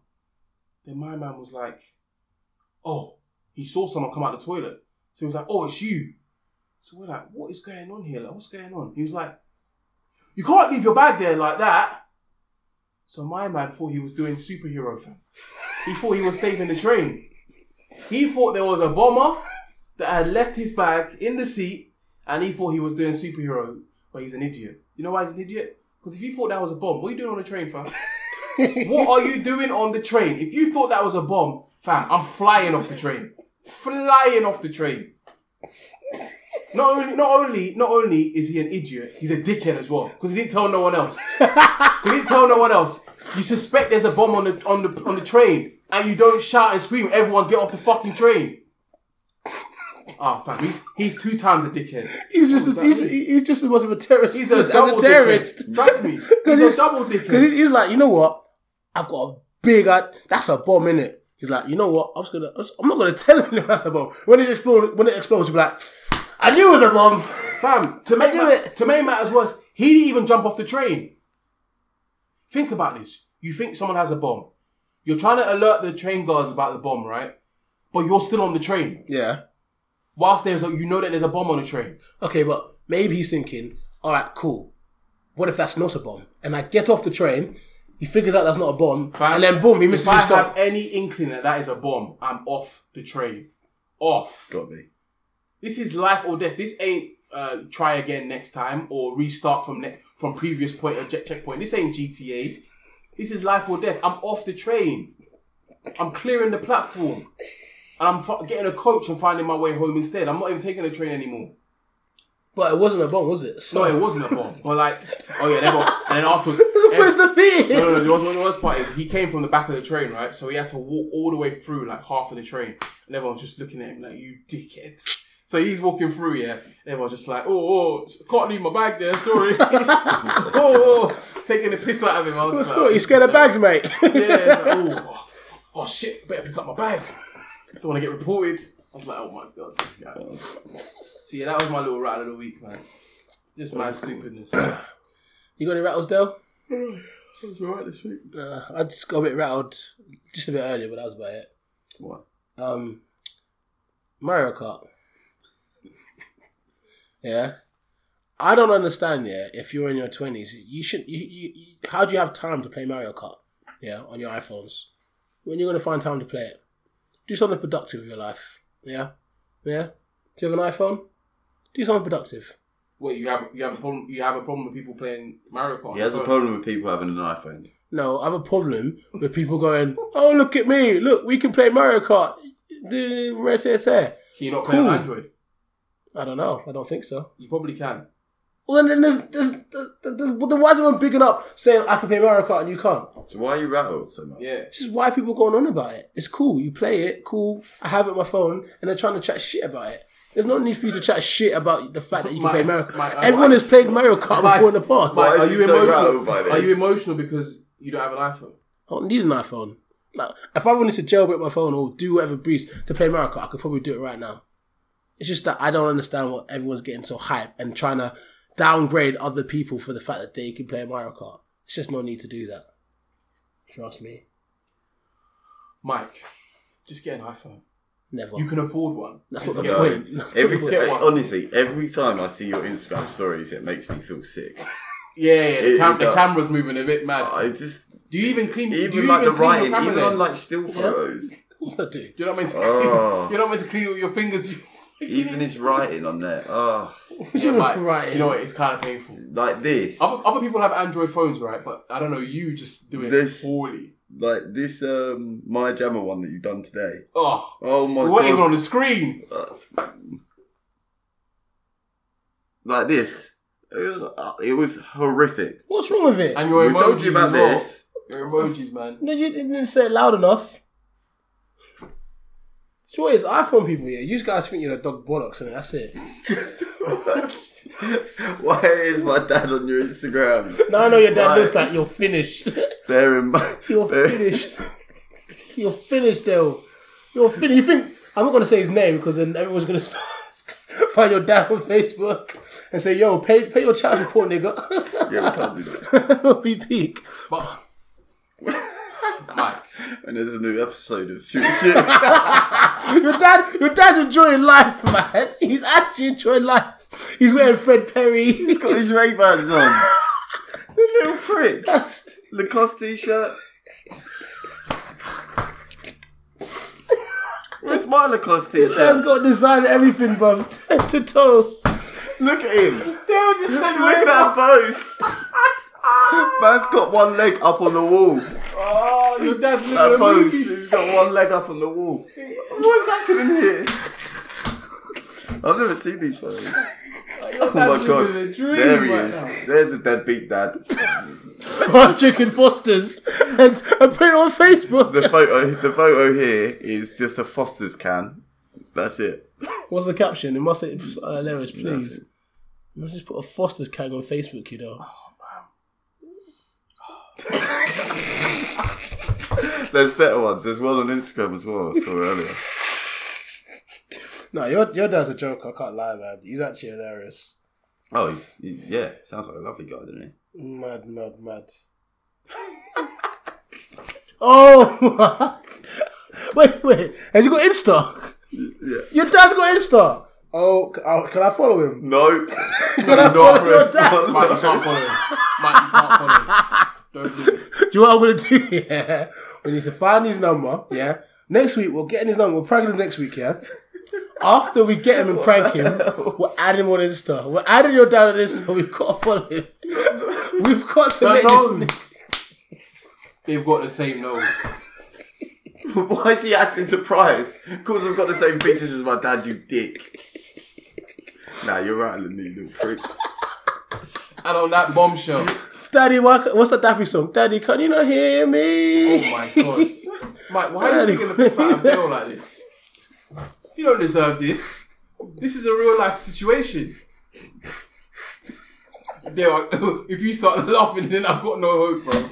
Then my man was like, "Oh, he saw someone come out the toilet." So he was like, "Oh, it's you." So we're like, "What is going on here? Like, what's going on?" He was like, "You can't leave your bag there like that." So my man thought he was doing superhero thing. He thought he was saving the train. He thought there was a bomber that had left his bag in the seat and he thought he was doing superhero, but he's an idiot. You know why he's an idiot? Because if you thought that was a bomb, what are you doing on the train, fam? what are you doing on the train? If you thought that was a bomb, fam, I'm flying off the train. Flying off the train. Not only, not only, not only is he an idiot, he's a dickhead as well because he didn't tell no one else. he didn't tell no one else. You suspect there's a bomb on the on the on the train, and you don't shout and scream. Everyone, get off the fucking train. Ah, fam, he's, he's two times a dickhead. He's just a, he's, he's just as much of a terrorist He's a as double a terrorist. Dickhead. Trust me, he's, he's- a double Because dickhead. he's, he's like, you know what? I've got a big. ad- That's a bomb in it. He's like, you know what? I'm just gonna. I'm just- I'm not gonna tell him that's a bomb. When it explodes, when it explodes, he'll be like, I knew it was a bomb. Fam, to make ma- to make matters worse, he didn't even jump off the train. Think about this. You think someone has a bomb. You're trying to alert the train guards about the bomb, right? But you're still on the train. Yeah. Whilst there's a, you know that there's a bomb on the train. Okay, but maybe he's thinking, all right, cool. What if that's not a bomb? And I get off the train. He figures out that's not a bomb, Fam, and then boom, he misses If I his stop. have any inkling that that is a bomb, I'm off the train. Off. Got me. This is life or death. This ain't uh, try again next time or restart from ne- from previous point of check- checkpoint. This ain't GTA. This is life or death. I'm off the train. I'm clearing the platform, and I'm fu- getting a coach and finding my way home instead. I'm not even taking the train anymore. But it wasn't a bomb, was it? So No, it wasn't a bomb. But like, oh yeah, they got. And then afterwards, Where's the fear? no, no, no. The worst, the worst part is he came from the back of the train, right? So he had to walk all the way through like half of the train, and everyone's just looking at him like, "You dickhead." So he's walking through, yeah. And everyone's just like, "Oh, oh can't leave my bag there. Sorry." oh, oh, taking the piss out of him. I was like, Oh, you scared of bags, mate. yeah, it's like, oh, oh shit, better pick up my bag. Don't want to get reported. I was like, oh my god, this guy. So yeah, that was my little rattle of the week, man. Just mad stupidness. It you got any rattles, Dale? was alright this week. Uh, I just got a bit rattled just a bit earlier, but that was about it. What? Um, Mario Kart. Yeah, I don't understand. Yeah, if you're in your twenties, you should. You, you, you, how do you have time to play Mario Kart? Yeah, on your iPhones. When you're gonna find time to play it? Do something productive with your life. Yeah, yeah. Do you have an iPhone? Do something productive. What you have? You have a problem? You have a problem with people playing Mario Kart? He has a problem with people having an iPhone. No, I have a problem with people going, "Oh, look at me! Look, we can play Mario Kart." I Can you not play on Cool. Android? don't know. I don't think so. You probably can. Well, then, then there's, there's, there's, there's, well, then why is everyone bigging up saying I can play Mario Kart and you can't? So why are you rattled so much? Yeah. It's just why people going on about it. It's cool. You play it. Cool. I have it on my phone, and they're trying to chat shit about it. There's no need for you to chat shit about the fact that you can My- play Mario. Kart. my- my- everyone has played Mario Kart my- before in the past. Mate, Why is are he you so rattled emotional? by this? Are you emotional because you don't have an iPhone? I don't need an iPhone. Like, if I wanted to jailbreak my phone or do whatever breeze to play Mario Kart, I could probably do it right now. It's just that I don't understand what everyone's getting so hype and trying to downgrade other people for the fact that they can play Mario Kart. It's just no need to do that. Trust me. Mike, just get an iPhone. Never. You can afford one. That's not the Yo, point. every Get one. honestly, every time I see your Instagram stories, it makes me feel sick. Yeah, yeah. The, It- cam- it the does. camera's moving a bit mad. I just Do you even clean? do even you like the clean your writing, camera even on lens? like still photos, Of course I do. You're not meant to. Oh. You're not meant to clean with your fingers. You, even his writing on there. Oh, yeah, like, Right. You know what? It's kind of painful. like this, Other, other people have Android phones, right? But I don't know. You just do it This- poorly. like this. Um, my jammer one that you've done today. Oh, Oh my it wasn't even on god, the screen. like this. It was uh, it was horrific. What's wrong with it? And your we emojis told you about as well. this. Your emojis, man. No, you didn't say it loud enough. So what it is iPhone people here? You guys think you're a dog bollocks and that's it. Why is my dad on your Instagram? Now I know your dad Right. looks like you're finished. Bear in mind, You're bear- finished. You're finished, Dale. You're finished. You think I'm not going to say his name because then everyone's going to find your dad on Facebook and say, "Yo, pay pay your child support, nigga." Yeah, we can't do that. Be peak. But Mike, And there's a new episode of Shoot Shit. Your dad, your dad's enjoying life, man. He's actually enjoying life. He's wearing Fred Perry. He's got his Ray Bans on. the little prick. Lacoste t shirt. Where's my Lacoste t Dad's shirt? got design everything, bruv, to toe. Look at him. Dale just said Look at Ray- that post. Man's got one leg up on the wall. Oh, your dad's That looking post. at me. He's got one leg up on the wall. What's happening here? I've never seen these photos. Your dad's Oh my god. living a dream There he right is. now. There's a deadbeat dad. Fried chicken Fosters and, and put it on Facebook. The photo the photo here is just a Foster's can. That's it. What's the caption? It must say it's hilarious, please. Must just put a Foster's kang on Facebook, you know. There's better ones. There's one on Instagram as well. I saw earlier. No, your your dad's a joke. I can't lie, man. He's actually hilarious. Oh, he's, he- yeah. Sounds like a lovely guy, doesn't he? Mad, mad, mad. oh my! Wait, wait. Has he got Insta? Yeah. Your dad's got Insta. Oh, c- oh, can I follow him? No. follow your dad? Mike, you can't follow him. Mike, you can't follow him. Don't do it. Do you know what I'm gonna do? Yeah, we need to find his number. Yeah, next week we're getting his number. We're pranking him next week. Yeah, After we get him and prank him, we'll add him on Insta. We're adding your dad on Insta. We've got to follow him. We've got to The make this. nose. They've got the same nose. Why is he acting surprised? Of course, I've got the same pictures as my dad, you dick. nah, you're right, you little prick. And on that bombshell, Daddy, why, ca- what's that Daffy song? Daddy, can you not hear me? oh my god, Mike, why are you taking the piss out of Bill like this? You don't deserve this. This is a real life situation. Dale, if you start laughing, then I've got no hope, bro.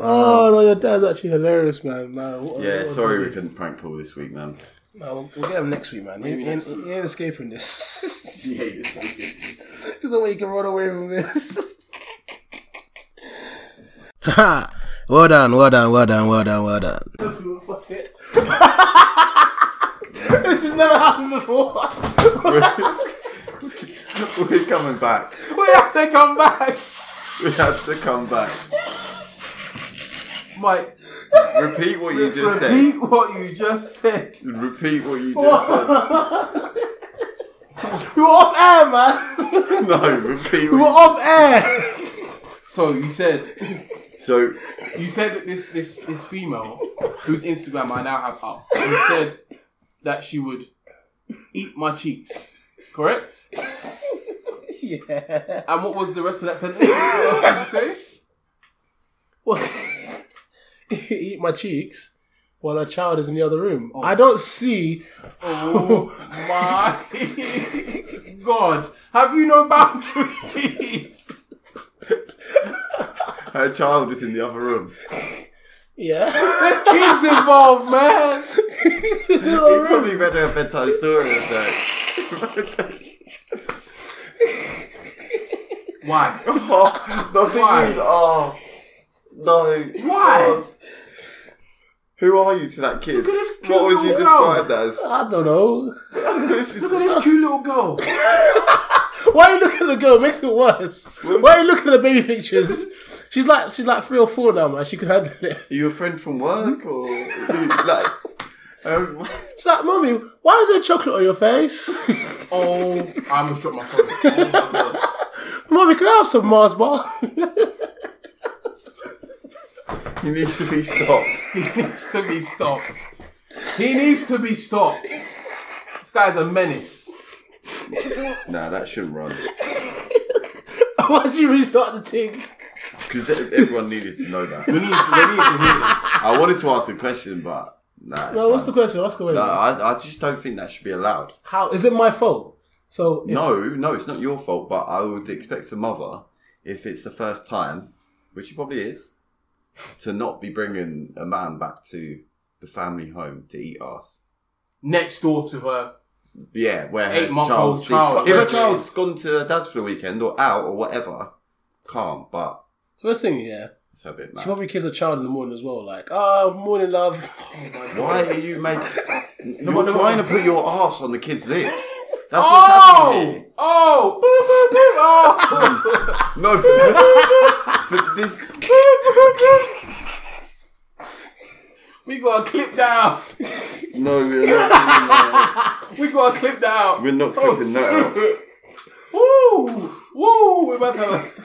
Oh no, your dad's actually hilarious, man. No, what- Yeah, what- sorry we couldn't prank call this week, man. No, we'll, we'll get him next week, man. He, he, ain't- he ain't escaping this. There's no way you can run away from this. Ha! Well done, well done, well done, well done, well done. this has never happened before. We're coming back. We have to come back. We had to come back. Mike, Repeat what you just repeat said. what you just said. Repeat what you just said. We were off air, man. No, repeat We were what off air. So you said you... So, you said that this this this female whose Instagram I now have up. You said that she would eat my cheeks. Correct. yeah. And what was the rest of that sentence? What else did you say? What? Eat my cheeks while a child is in the other room. I don't see. Oh my god! Have you no boundaries? her child is in the other room. Yeah. Kids involved, man. It's in the He other room. probably read her a bedtime story or so. Why? Oh, the thing Why? is, oh, no. Why? God. Who are you to that kid? this cute What was you little described as? I don't know. Look at this cute little girl. Why are you looking at the girl? It makes it worse. Why are you looking at the baby pictures? She's like she's like three or four now, man. She can handle it. Are you a friend from work or like? Um, She's like, mommy, why is there chocolate on your face? Oh, I almost dropped my phone. Oh my god. mommy, can I have some Mars bar? he needs to be stopped. He needs to be stopped. He needs to be stopped. This guy's a menace. nah, that shouldn't run why did you restart the thing? because e, everyone needed to know that. We need to, we need to hear this. I wanted to ask a question, but nah. It's No, what's the fine. question? What's the question? No, I, I just don't think that should be allowed. How is it my fault? So if- No, no, it's not your fault, but I would expect a mother, if it's the first time, which it probably is, to not be bringing a man back to the family home to eat ass. Next door to her. Yeah, where her Eight-month-old child's sleep- child. If her child's gone to her dad's for the weekend or out or whatever, calm, but first thing, yeah, it's a bit she mad. probably kisses a child in the morning as well. Like, ah, morning, love. Why are you making? You're but- no, trying to but- put your ass on the kid's lips. That's what's happening Oh! here. Oh! Boop, boop, boop. Oh! No, but- but this. We got a clip down. No, we're not. We got a clip down. We're not clipping that out. Woo! Woo! We're about to.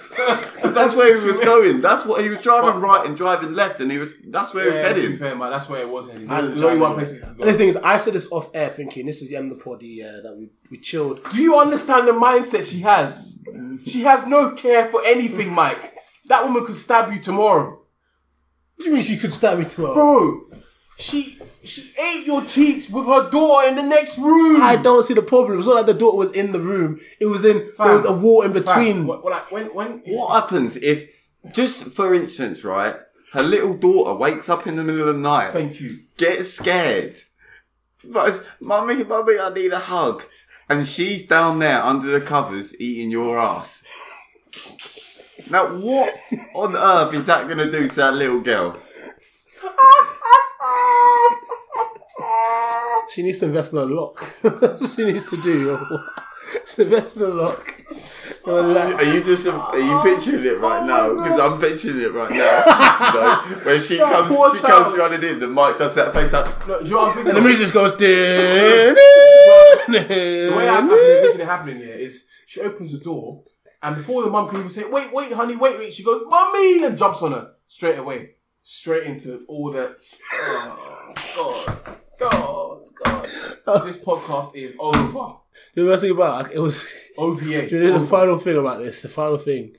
That's where he was going. That's what he was driving right and driving left, and he was. That's where he was Yeah, to be heading. fair, man, that's where it was heading. And There's only one place it could the go. thing is, I said this off air, thinking this is the end of the party uh, that we, we chilled. Do you understand the mindset she has? She has no care for anything, Mike. That woman could stab you tomorrow. What do you mean she could stab me tomorrow? Bro, she she ate your cheeks with her daughter in the next room. I don't see the problem. It's not like the daughter was in the room. It was in there was a wall in between. Fam, wh- like, when, when, What happens if, just for instance, right, her little daughter wakes up in the middle of the night, Thank you. gets scared, but it's, mummy, mummy, I need a hug, and she's down there under the covers eating your ass. Now, what on earth is that going to do to that little girl? She needs to invest in a lock. That's what she needs to do. It's invest in a lock. Are you just are you picturing it Oh right now? Because I'm picturing it right now. You know, when she comes, poor she child. comes running in. The mic does that face up. No, do you know what I'm thinking? And the music just goes. The way I, I envision it happening here is she opens the door, and before the mum can even say, "Wait, wait, honey, wait, wait," she goes, "Mummy!" and jumps on her straight away, straight into all the. Oh, God, God, God! This podcast is over. The worst thing about it, it was OVA. Do you know the Over. final thing about this? The final thing.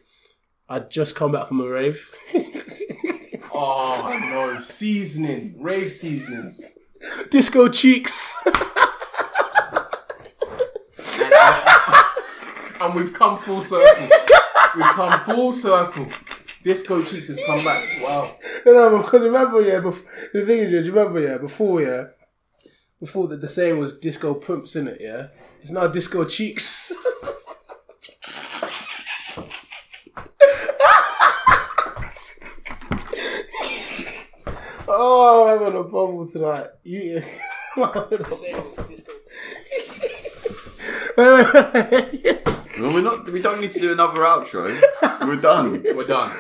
I'd just come back from a rave. Oh no, seasoning, rave seasonings. Disco cheeks. And we've come full circle. We've come full circle. Disco Cheeks has come back. Wow. No, no, because remember, yeah, before, the thing is, yeah, do you remember, yeah, before, yeah, before the, the saying was disco pumps, in it, yeah? It's now disco cheeks. oh, I'm having a bubble tonight. You, I'm having a bubble. Well, we're not. We don't need to do another outro. We're done. We're done.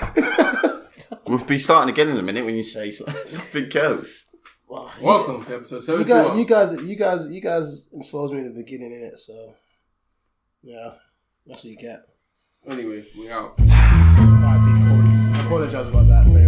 We'll be starting again in a minute when you say so- something else. Welcome to episode You 71. guys, you guys, you guys, you guys exposed me in the beginning, innit? So, yeah, that's what you get. Anyway, we out. Right, people, I apologize about that. Very